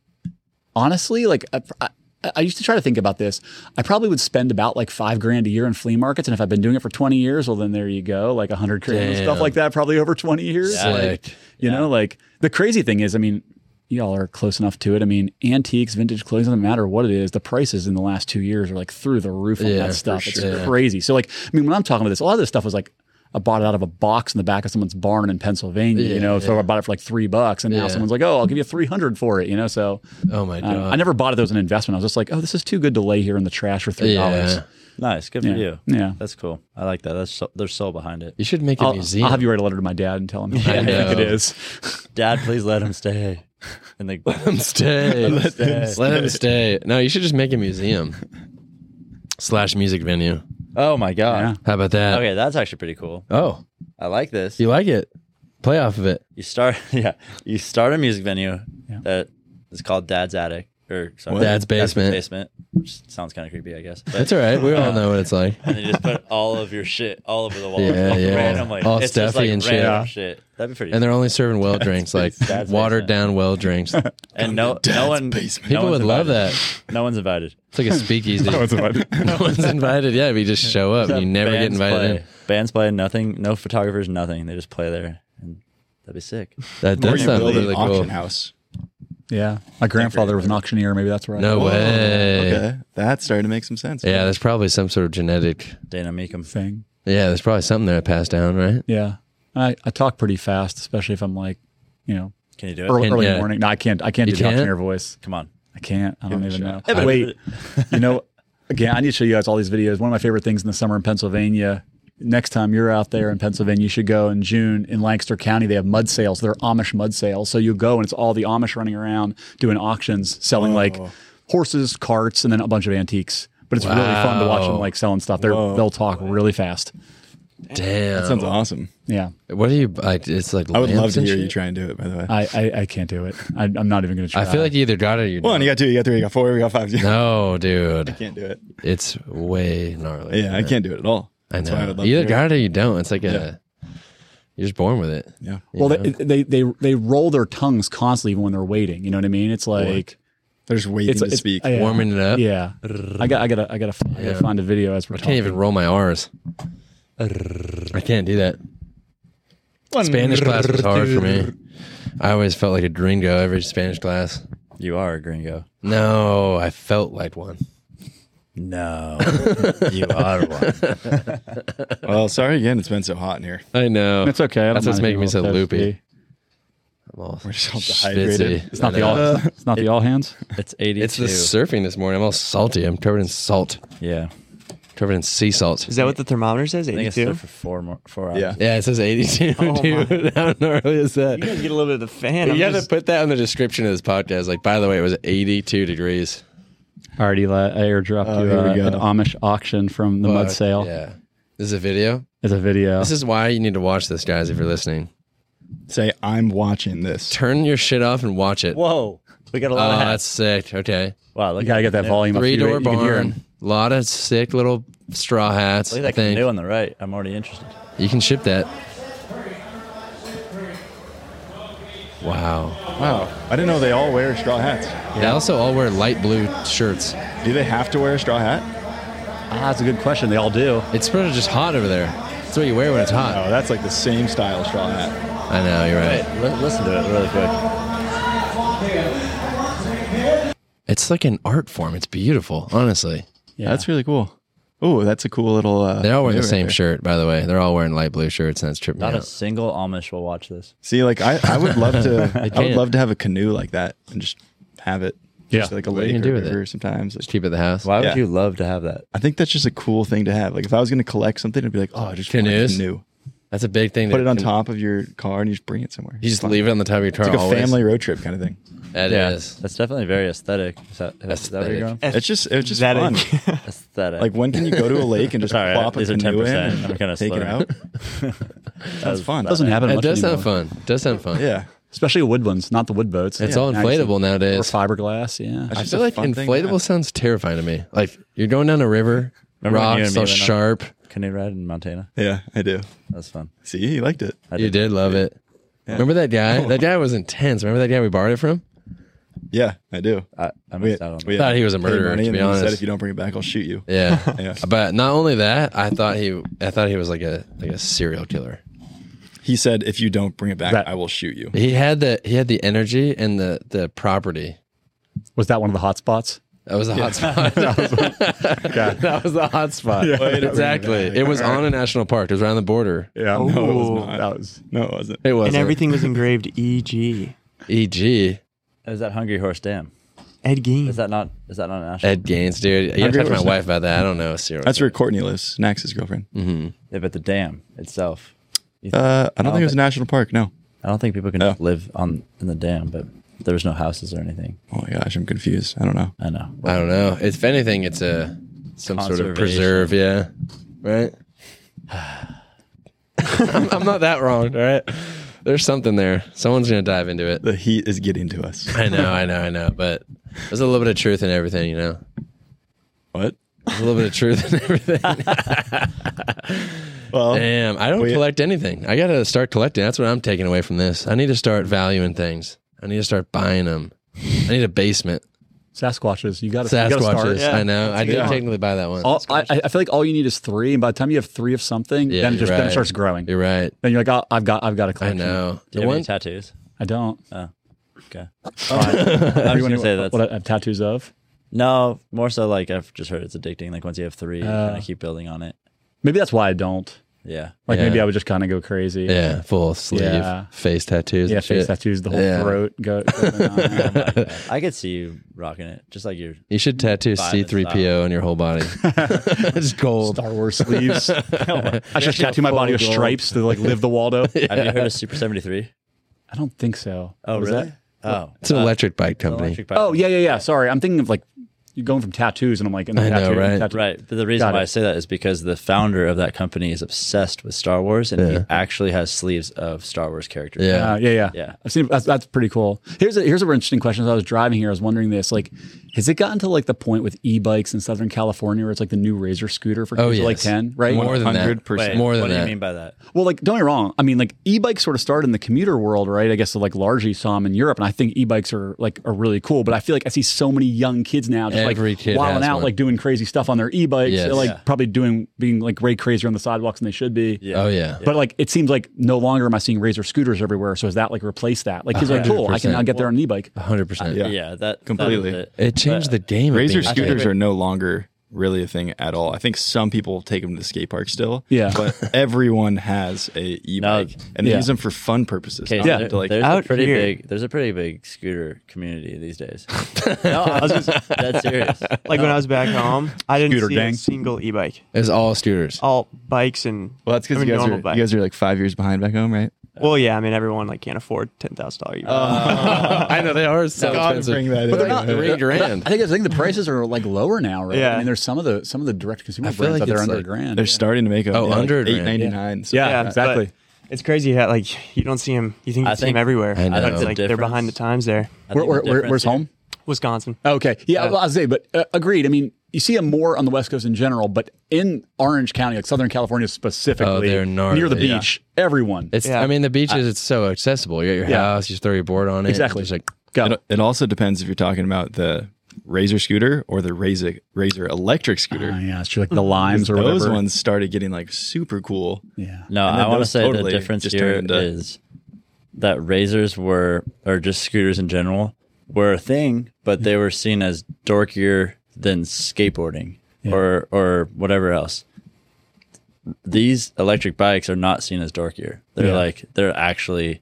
honestly, like I, I, I used to try to think about this. I probably would spend about like five grand a year in flea markets. And if I've been doing it for 20 years, well, then there you go. Like a hundred grand and stuff Damn. like that, probably over 20 years. Yeah. Like, Sick. you know, like the crazy thing is, I mean, y'all are close enough to it. I mean, antiques, vintage clothing, doesn't matter what it is. The prices in the last two years are like through the roof on Yeah, for that stuff. It's sure. Yeah. crazy. So like, I mean, when I'm talking about this, a lot of this stuff was like, I bought it out of a box in the back of someone's barn in Pennsylvania, Yeah, you know, so yeah. I bought it for like three bucks and now Yeah. someone's like, oh, I'll give you 300 for it, you know? So Oh my god! um, I never bought it as an investment. I was just like, oh, this is too good to lay here in the trash for $3. Yeah. Nice, good for Yeah. you. Yeah. that's cool. I like that. That's so, there's soul behind it. You should make a I'll, museum. I'll have you write a letter to my dad and tell him how you know. think it is. Dad, please let him stay. And they Let him stay. Let him stay. No, you should just make a museum slash music venue. oh my god. How about that? Okay, that's actually pretty cool. Oh, I like this. you like it? Play off of it. You start, yeah, you start a music venue Yeah. that is called Dad's Attic or sorry, Dad's Basement. Basement, which sounds kind of creepy, I guess. But, That's all right. We all know what it's like. And they just put all of your shit all over the wall, Yeah, yeah. randomly. All it's just like stuffy and shit. random shit. That'd be pretty. And they're only serving well drinks, like That's watered basement. down well drinks. and no, no Dad's one, basement. no People one's would love that. invited. No one's invited. It's like a speakeasy. no That's one's invited. Yeah, but you just show up and you never get Bands invited play. in. Bands play nothing. No photographers. Nothing. They just play there, and that'd be sick. That Or does you sound build really an auction cool. house. yeah. My grandfather was an auctioneer. Maybe that's right. No way. Okay, that's starting to make some sense. Yeah, there's probably some sort of genetic. Dana Meekum. thing. Yeah, there's probably something there I passed down, right? Yeah. I, I talk pretty fast, especially if I'm like, you know, Can you do it? early, Can- early yeah. morning. No, I can't. I can't uh, You do the can't? auctioneer voice. Come on. I can't. I don't even know. shot. Wait, you know, again, I need to show you guys all these videos. One of my favorite things in the summer in Pennsylvania. Next time you're out there in Pennsylvania, you should go in June in Lancaster County. They have mud sales. They're Amish mud sales. So you go and it's all the Amish running around doing auctions, selling like horses, carts, and then a bunch of antiques. But it's really fun to watch them Wow. like selling stuff. They're, they'll talk really fast. Damn. That sounds awesome. Yeah. What do you like? It's like I would love lamps to and hear shit? you try and do it. By the way, I, I, I can't do it. I, I'm not even going to try. I feel like you either got it or you one, don't. you got two, you got three, you got four, you got five. You No, dude, can't do it. it's way gnarly. Yeah, I can't do it at all. I That's know. why I would love you to either hear got it or you don't. It's like a you're just born with it. it. Yeah, Well, they, they they they roll their tongues constantly even when they're waiting. You know what I mean? It's like they're just waiting it's, to it's- uh, speak. yeah. Warming it up. Yeah, I got I gotta I gotta, f- I gotta find a video as we're Can't talking. even roll my R's. I can't do that. Spanish class was hard for me. I always felt like a gringo every Spanish class. You are a gringo. No, I felt like one. No, you are one. Well, sorry again. It's been so hot in here. I know. It's okay. I don't That's what's mind if making me so people have loopy. toasty. I'm all We're just all schvitzy. dehydrated. It's I not the know. all. It's not the all hands. It's eighty. It's the surfing this morning. I'm all salty. I'm covered in salt, yeah. covered in sea salt. Is that what the thermometer says? I think it's there 82? for four more four hours. Yeah. Yeah, it says 82, Oh, dude. How gnarly is that? You guys get a little bit of the fan. You I'm gotta just- put that on the description of this podcast. Like, by the way, it was 82 degrees. I already let, I airdropped Oh, you here we uh, go. an Amish auction from the mud Fuck, sale. Yeah. This is a video. It's a video. This is why you need to watch this, guys, if you're listening. Say, I'm watching this. Turn your shit off and watch it. Whoa, we got a lot Oh, of hats. that's sick. Okay. Wow, look you gotta get that volume Three up. You- door you can hear barn. 'em. A lot of sick little straw hats. Look I at that think canoe on the right. I'm already interested. you can ship that. Wow. Wow. I didn't know they all wear straw hats. They also all wear light blue shirts. Do they have to wear a straw hat? Ah, that's a good question. They all do. It's pretty just hot over there. That's what you wear when it's hot. Oh, that's like the same style straw hat. I know you're right. L- listen to it really quick. It's like an art form. It's beautiful, honestly. Yeah. That's really cool. Oh, that's a cool little. Uh, They're all wearing the maneuver right same there. shirt, by the way. They're all wearing light blue shirts, and it's tripping me Not a out. single Amish will watch this. See, like I, I would love to. I would can't. love to have a canoe like that and just have it. Yeah. Just like a you lake gonna or do with it? river sometimes. Just keep it at the house. Why would Yeah. you love to have that? I think that's just a cool thing to have. Like if I was going to collect something, I'd be like, oh, I just want a Canoes? canoe. That's a big thing. Put to- it on top of your car and you just bring it somewhere. You just Fine. leave it on the top of your car. It's like a always. family road trip kind of thing. That Yeah, is. that's definitely very aesthetic. Is that, is that where you're going? Aesthetic. It's just it's just That fun. is- Aesthetic. like when can you go to a lake and just Sorry, plop a these are canoe in? 10%. and I'm kinda take it slow. out. That's fun. doesn't happen. It much does anymore. sound fun. It does sound fun. Yeah. especially wood ones, not the wood boats. It's all inflatable or nowadays. fiberglass. Yeah, That's I just feel a like fun thing to inflatable have. sounds terrifying to me. Like you're going down a river, Remember when you rocks and me all went on- sharp. Canoe ride in Montana. Yeah, I do. That was fun. See, he liked it. I You did love it. Remember that guy? That guy was intense. Remember that guy we borrowed it from? Yeah, I do. I, I We- missed out on that. we Thought he was a paid murderer, money to and be then he said honest. if you don't bring it back, I'll shoot you. Yeah. Yeah. But not only that, I thought he, I thought he was like a like a serial killer. He said if you don't bring it back, That- I will shoot you. He had the he had the energy and the the property. was that one of the hot spots? That was the hot spot. that was the hot spot. exactly. It was on a national park. It was around the border. Yeah, No, it was Ooh. not. that was No, it wasn't. It E was and everything was engraved E E.G. E.G. It was that Hungry Horse Dam. Ed Gein. Is that not? Is that not national? Ed Gaines, dude. You have to talk to my 100%. wife about that. I don't know. Serial. That's where Courtney lives, Nax's girlfriend. Yeah, but the dam itself. You th- Uh, I don't think it was a think- national park. No. I don't think people can No. just live on in the dam, but there was no houses or anything. Oh my gosh, I'm confused. I don't know. I know. I don't know. If anything, it's a some sort of preserve. Yeah. Right. I'm, I'm not that wrong. All right. There's something there. Someone's gonna dive into it. The heat is getting to us. I know. I know. I know. But there's a little bit of truth in everything. You know. What? There's a little bit of truth in everything. Oh. Well, Damn, I don't Well, yeah. collect anything. I got to start collecting. That's what I'm taking away from this. I need to start valuing things. I need to start buying them. I need a basement. Sasquatches. You got to Sasquatches. start. Yeah. I know. I did one. technically buy that one. All, I, I feel like all you need is three, and by the time you have three of something, Yeah, then it you're just then right. it starts growing. You're right. Then you're like, oh, I've got, I've got a I collection. know. Do The you have one, any tattoos? I don't. Okay. I was Everyone gonna say what, that's what I have tattoos of. no more so like I've just heard it's addicting. Like once you have three, you Uh. kind of keep building on it. Maybe that's why I don't. Yeah. Like Yeah. maybe I would just kind of go crazy. yeah, full sleeve, Yeah. face tattoos. Yeah, and face shit. tattoos, the whole Yeah. throat. Go, going on. I could see you rocking it, just like you're. You should tattoo Five is C3PO on your whole body. it's gold. Star Wars sleeves. I should tattoo my body with gold. stripes to like live the Waldo. Have you heard of Super Seventy Three? I don't think so. Oh, Was really? that- Oh, It's an electric bike company. electric bike. Oh yeah, yeah, yeah. Sorry, I'm thinking of like you're going from tattoos, and I'm like, and I know, tattoo, right? tattoo. Right, but the reason Got why it. I say that is because the founder of that company is obsessed with Star Wars, and he Yeah. actually has sleeves of Star Wars characters. Yeah. Uh, yeah, yeah, Yeah. I've seen that's, that's pretty cool. Here's a here's a interesting question. As I was driving here, I was wondering this: like, has it gotten to like the point with e-bikes in Southern California where it's like the new razor scooter for kids Oh, who are, like yes. ten, right? More than that. 100%. Wait, More than what do that. you mean by that? Well, like, don't get me wrong. I mean, like, e-bikes sort of started in the commuter world, right? I guess so, like largely saw them in Europe, and I think e-bikes are like are really cool. But I feel like I see so many young kids now just Every like kid wilding has out, one. like doing crazy stuff on their e-bikes, Yes. They're, like Yeah. probably doing being like way crazier on the sidewalks than they should be. Yeah. Oh, yeah. But like, it seems like no longer am I seeing razor scooters everywhere. So is that like replace that? Like, kids are like, cool, I can now get there on an e-bike. 100%. Yeah. Yeah, that Completely. that is it. It changed the game. of Razor being- scooters are no longer really a thing at all. I think some people take them to the skate park still. Yeah. But everyone has a e-bike and they yeah. use them for fun purposes. Okay, not yeah, to, like, there's Out a pretty here. big there's a pretty big scooter community these days. no, I was just that's serious. like when I was back home, I didn't Scooter see gang. a single e-bike. It's all scooters. All bikes and well, that's because I mean, you guys normal are bike. you guys are like five years behind back home, right? well, yeah. I mean, everyone like can't afford ten thousand dollar e-bike. I know they are so expensive. bring that but in. they're not three grand. I think I think the prices are like lower now, right? Yeah. I mean, there's some of the some of the direct consumer I feel brands like out there it's under a like- grand. They're starting to make a Oh, under a like eight grand. ninety nine. yeah, Yeah, exactly. It's crazy how like you don't see them. You think you I see think- them everywhere. I know. It's The like they're behind the times there. I Where, think where, the where, where's difference here- home? Wisconsin. Okay. Yeah, well, I was say, but uh, agreed. I mean, you see them more on the West Coast in general, but in Orange County, like Southern California specifically, they're gnarly. near the Yeah. beach, everyone. It's. Yeah. I mean, the beaches. it's so accessible. You're at your Yeah. house. You just throw your board on it. Exactly. It's like Got It, it. it also depends if you're talking about the Razor scooter or the Razor Razor electric scooter. Uh, yeah, it's true, like the limes or Those whatever. ones started getting like super cool. Yeah. No, And then I want to those say totally the difference just here turned into- is that razors were, or just scooters in general, were a thing, but they were seen as dorkier than skateboarding or or whatever else. These electric bikes are not seen as dorkier. They're Yeah. like they're actually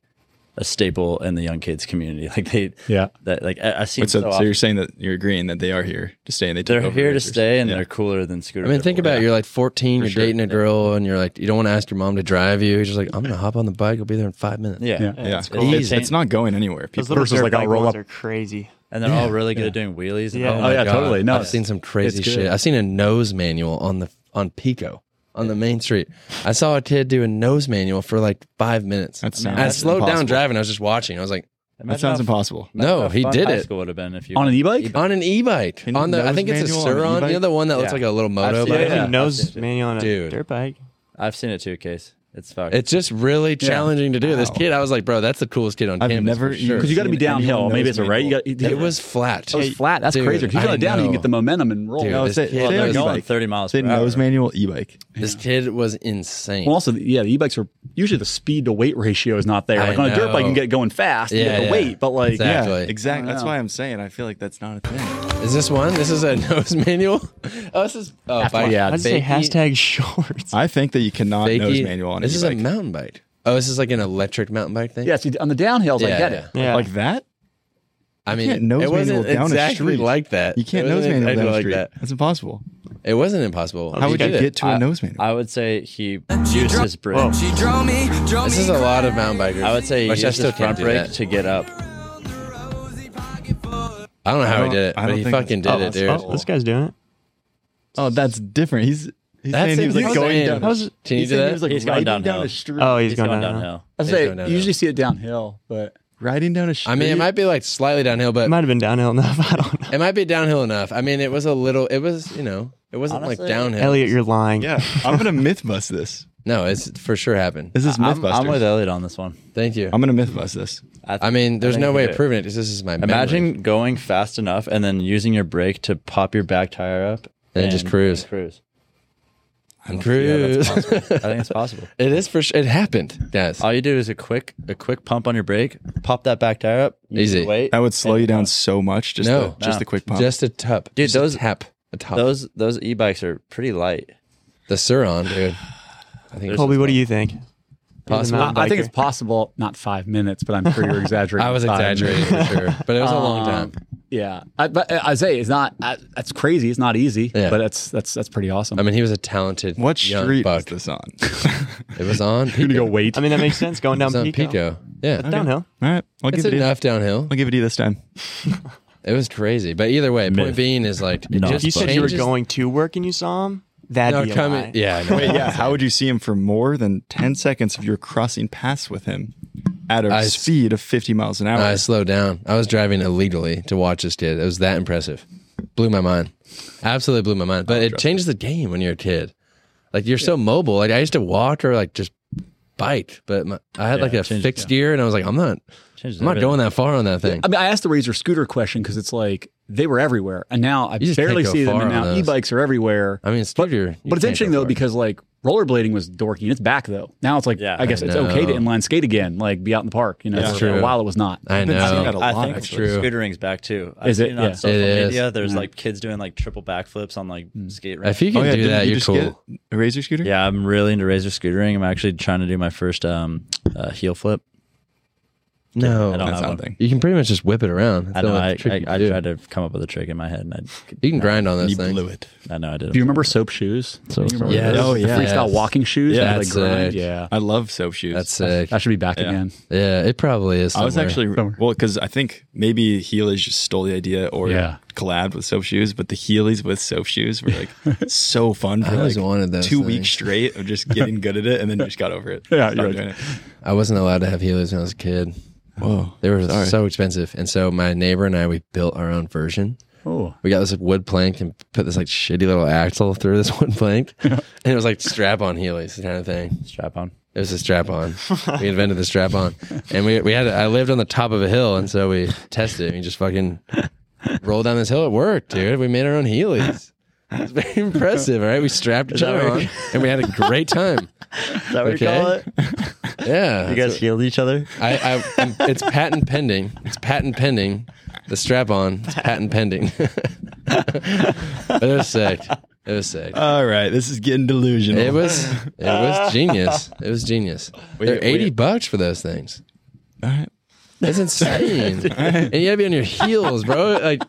a staple in the young kids community. Like they, Yeah. that like I, I see. But so, so, so you're often. saying that you're agreeing that they are here to stay and they took they're over here to Razors. stay, and Yeah. they're cooler than scooters. I mean, think ever were. about it. You're like 14, you're sure. dating a girl, and you're like, you don't want to ask your mom to drive you. You're just like, I'm going to hop on the bike. I'll be there in five minutes. yeah, Yeah. Yeah, it's, It's- it's- it's, not going anywhere. Those People, little Versus, dirt like, I'll bike roll ones up- are crazy. and they're all really good at doing wheelies. And Yeah. all Oh, that. yeah, totally. No, I've seen some crazy it's good. shit. I've seen a nose manual on the on Pico on the main street. I saw a kid do a nose manual for like five minutes. That I sounds slowed down impossible. driving. I was just watching. I was like, that Imagine sounds how impossible. no, how he fun did high it School would have been if you on an e-bike. on an e-bike. Can you On the, I nose think it's a manual on an Suron. e-bike? You know the one that looks Yeah. like a little moto I've seen bike. every yeah. nose manual on a Dude. dirt bike. I've seen it too, Case. It's fucked. It's just really challenging to do. This kid, I was like, bro, that's the coolest kid on I've campus. never for sure. Because you got to be Seen anyone downhill. knows Maybe it's a me right. You cool. got It was flat. It was flat. That's Dude, crazy. Because you I got down, you can know. get the momentum and roll. Dude, well, this say- kid- say Well, Yeah, they're it's going like- 30 miles Say per hour. nose manual e-bike. This kid was insane. also, yeah, the e-bikes are usually the speed to weight ratio is not there. I Like on a dirt know. bike, you can get going fast. you Yeah, get the yeah. weight, but like Exactly. yeah, Actually. exactly. That's Wow. why I'm saying I feel like that's not a thing. Is this one? This is a nose manual. Oh, this is oh, After- bike- yeah, I'd say Fakey- hashtag shorts. I think that you cannot fakey- nose manual on This is a e-bike. mountain bike. Oh, this is like an electric mountain bike thing. yeah. See, on the downhills, I Yeah, get yeah. it. Yeah. Oh, like that. I mean, You can't nose it wasn't manual down a exactly street. like that. You can't It nose wasn't manual down the exactly street. like That's impossible. that. It wasn't impossible. How would you did it. get to a nose manual? I would say he used his brake. This is a lot of mountain bikers. I would say he which used I still his can't front do brake that. to get up. I don't know how he don't- did it, I but don't he think fucking that's did it, dude. possible. Oh, this guy's doing it. oh, that's different. He's he's That saying he seems was like going insane. down. How's it- Can you he's do saying He that? was like He's going riding downhill. down a street. Oh, he's, He's going, going down. downhill. I It's say going you downhill. usually see it downhill, but riding down a street. I mean, it might be like slightly downhill, It but might have been downhill enough. I don't know. it might be downhill enough. I mean, it was a little. It was you know, it wasn't like Honestly, downhill. Elliot, you're lying. Yeah, I'm gonna myth bust this. No, it's for sure happened. This is I'm, mythbusters. I'm I'm, with Elliot on this one. Thank you. gonna myth bust this. I mean, there's think no he way did of it. proving it because this is my Imagine memory. going fast enough and then using your brake to pop your back tire up And just cruise. cruise. and cruise. I think it's possible. it is for sure. It happened, guys. All you do is a quick, a quick pump on your brake, pop that back tire up, use Easy. the Weight. That would slow you down so much. Just No. the, just No. the quick pump. Just a tup, Dude, Just a those- tap, a top. Those those e bikes are pretty light. the Suron, dude. I think. Colby, what do you think? Possible. Mountain I, I think biker. it's possible. Not five minutes, but I'm sure you're exaggerating. I was five exaggerating for sure, but it was a long time. Yeah, I, but uh, I say it's not. I, that's crazy. It's not easy, Yeah. but that's that's that's pretty awesome. I mean, he was a talented what young street is buck. this on? It was on. Pico. gonna go wait. I mean, that makes sense. Going It down was on Pico. Pico. Yeah, Downhill. All right, I'll it's give it. A, enough downhill. I'll give it to you this time. It was crazy, but either way, point being is like it If just you said you were changes- going to work and you saw him, that'd No, be a come lie. in- Yeah, I know. Wait, yeah. How would you see him for more than 10 seconds if you were crossing paths with him at a I s- speed of 50 miles an hour? I slowed down. I was driving illegally to watch this kid. It was that impressive. Blew my mind. Absolutely blew my mind. But it changes the game when you're a kid. Like you're so mobile. Like I used to walk or like just bike, but my, I had like a changes- fixed gear, and I was like, I'm not, Changes I'm not everything. going that far on that thing. I mean, I asked the Razor scooter question because it's like they were everywhere, and now I You just barely can't go see them. far And on now those. e-bikes are everywhere. I mean, but, scooter. you but it's can't interesting go though far. because like rollerblading was dorky and it's back though. Now it's like Yeah. I guess I it's okay to know. inline skate again, like be out in the park. You know, That's for true. Uh, a while it was not. I been seeing that a know. I lot, think Mm. actually. true. scootering's back too. I've Is it? seen on Yeah. social It is. Mm. media. There's like kids doing like triple backflips on like skate ramps. If you can do didn't that, Oh, you you're just cool. get a razor scooter? Yeah, I'm really into razor scootering. I'm actually trying to do my first um, uh, heel flip. I don't No, That's have not one. a thing. you can pretty much just whip it around. That's I the know. only I, trick I, you can I do. tried to come up with a trick in my head, and I, You can grind on those You things. blew it. I know I did. Do you remember soap shoes? So, Do you remember Yes. those? Oh, The yeah. freestyle Yes. walking shoes. Yeah, that that's was, like, grind? sick. yeah. I love soap shoes. That's sick. That should be back Yeah. again. Yeah, it probably is. I was somewhere. actually Somewhere. well because I think maybe Heelys just stole the idea or Yeah. collabed with soap shoes, but the Heelys with soap shoes were like so fun for I always like wanted those two things. weeks straight of just getting good at it, and then just got over it. Yeah, Stopped you're right. doing it. I wasn't allowed to have healers when I was a kid. Whoa, They were so expensive. And so my neighbor and I, we built our own version. Oh, We got this like wood plank and put this like shitty little axle through this wood plank. And it was like strap on Heelys kind of thing. strap on. It was a strap on. we invented the strap on. And we, we had, I lived on the top of a hill. And so we tested it. We just fucking roll down this hill. It worked, dude. We made our own Heelys. It's very impressive. All right. We strapped each that other what on and we had a great time. Is that what Okay. you call it? Yeah. You guys healed each other? I, I, I'm- it's patent pending. It's patent pending. The strap on. It's patent pending. but it was sick. It was sick. All right, this is getting delusional. It was it was genius. It was genius. They're eighty bucks for those things. All right. That's insane. and you gotta be on your heels, bro. Like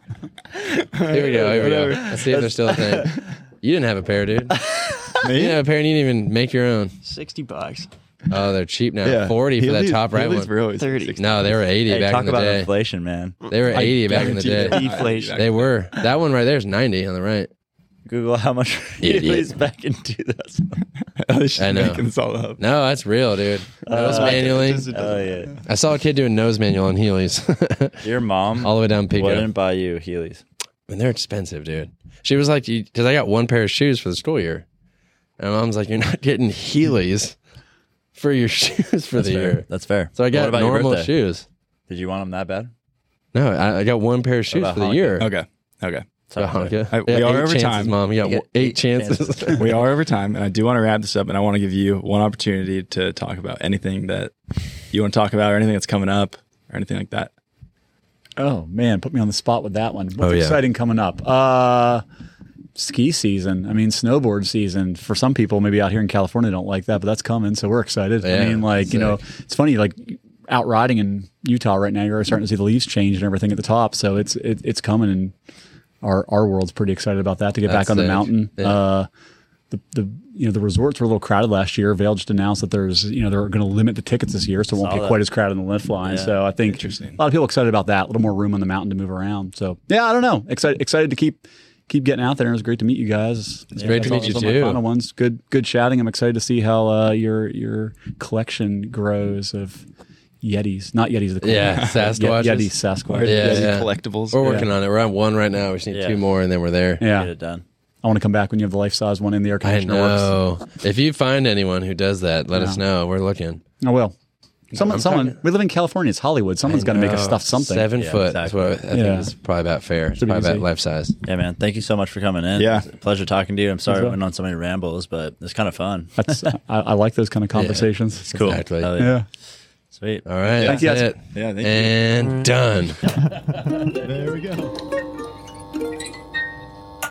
here we go. Here we go. Let's see if they're still a thing. You didn't have a pair, dude. You Me? didn't have a pair. and You didn't even make your own. Sixty bucks. Oh, they're cheap now. Forty for that Heelys- top right Heelys one. were always Thirty. 60. No, they were eighty Hey, back talk in the about day. inflation, man. They were eighty back in the day. guarantee that. Deflation. They were. That one right there is 90 on the right. Google how much Idiot. Heelys back in 2000. This is I know. making this all up. No, that's real, dude. Nose manualing. Oh, yeah. I saw a kid doing nose manual on Heelys Your mom all the way down Pico. wouldn't buy you Heelys. And they're expensive, dude. She was like, because I got one pair of shoes for the school year. And my mom's like, you're not getting Heelys for your shoes for the year. That's fair. So I What got about your normal birthday? shoes. Did you want them that bad? No, I, I got one pair of shoes about for the Hanukkah? year. Okay. Okay. So Hanukkah. I- we Yeah, are eight over chances, time. Mom. You got You eight, got eight chances. chances. We are over time, and I do want to wrap this up, and I want to give you one opportunity to talk about anything that you want to talk about, or anything that's coming up, or anything like that. Oh man, put me on the spot with that one. What's Oh, yeah. exciting coming up? Uh ski season. I mean snowboard season. For some people maybe out here in California don't like that, but that's coming, so we're excited. I Yeah, mean like, you know, it's funny like out riding in Utah right now, you're already starting to see the leaves change and everything at the top, so it's it, it's coming and our our world's pretty excited about that to get That's back on the sick. mountain. Yeah. Uh the, the you know the resorts were a little crowded last year. Vail just announced that there's you know they're going to limit the tickets this year, so it won't Saw be that. quite as crowded in the lift line. So I think Interesting. a lot of people excited about that. A little more room on the mountain to move around. So yeah, I don't know. Excited, excited to keep keep getting out there. It was great to meet you guys. It's great to meet you too. Final ones, good good chatting. I'm excited to see how uh, your your collection grows of Yetis, not Yetis. The cool Yeah, ones. Sasquatches. Yeti Or Sasquatch. Yeah. Yeah, any yeah. collectibles. We're working on it. We're on one right now. We just need Yeah. two more, and then we're there. Get it done. I want to come back when you have the life size one in the air I conditioner works. know. If you find anyone who does that, let us know. We're looking. I will. Oh, Someone, someone. we live in California. It's Hollywood. Someone's got to make us stuff something. Seven Yeah, foot. exactly. That's what I think Yeah. is probably about fair. It's Should be probably about easy. life size. Yeah, man. Thank you so much for coming in. Yeah. It's a pleasure talking to you. I'm sorry well. I went on so many rambles, but it's kind of fun. That's I, I like those kind of conversations. It's cool. Exactly. Hell yeah. Yeah. Sweet. All right. Thank you, that's guys. it. Yeah, thank you. And done. There we go.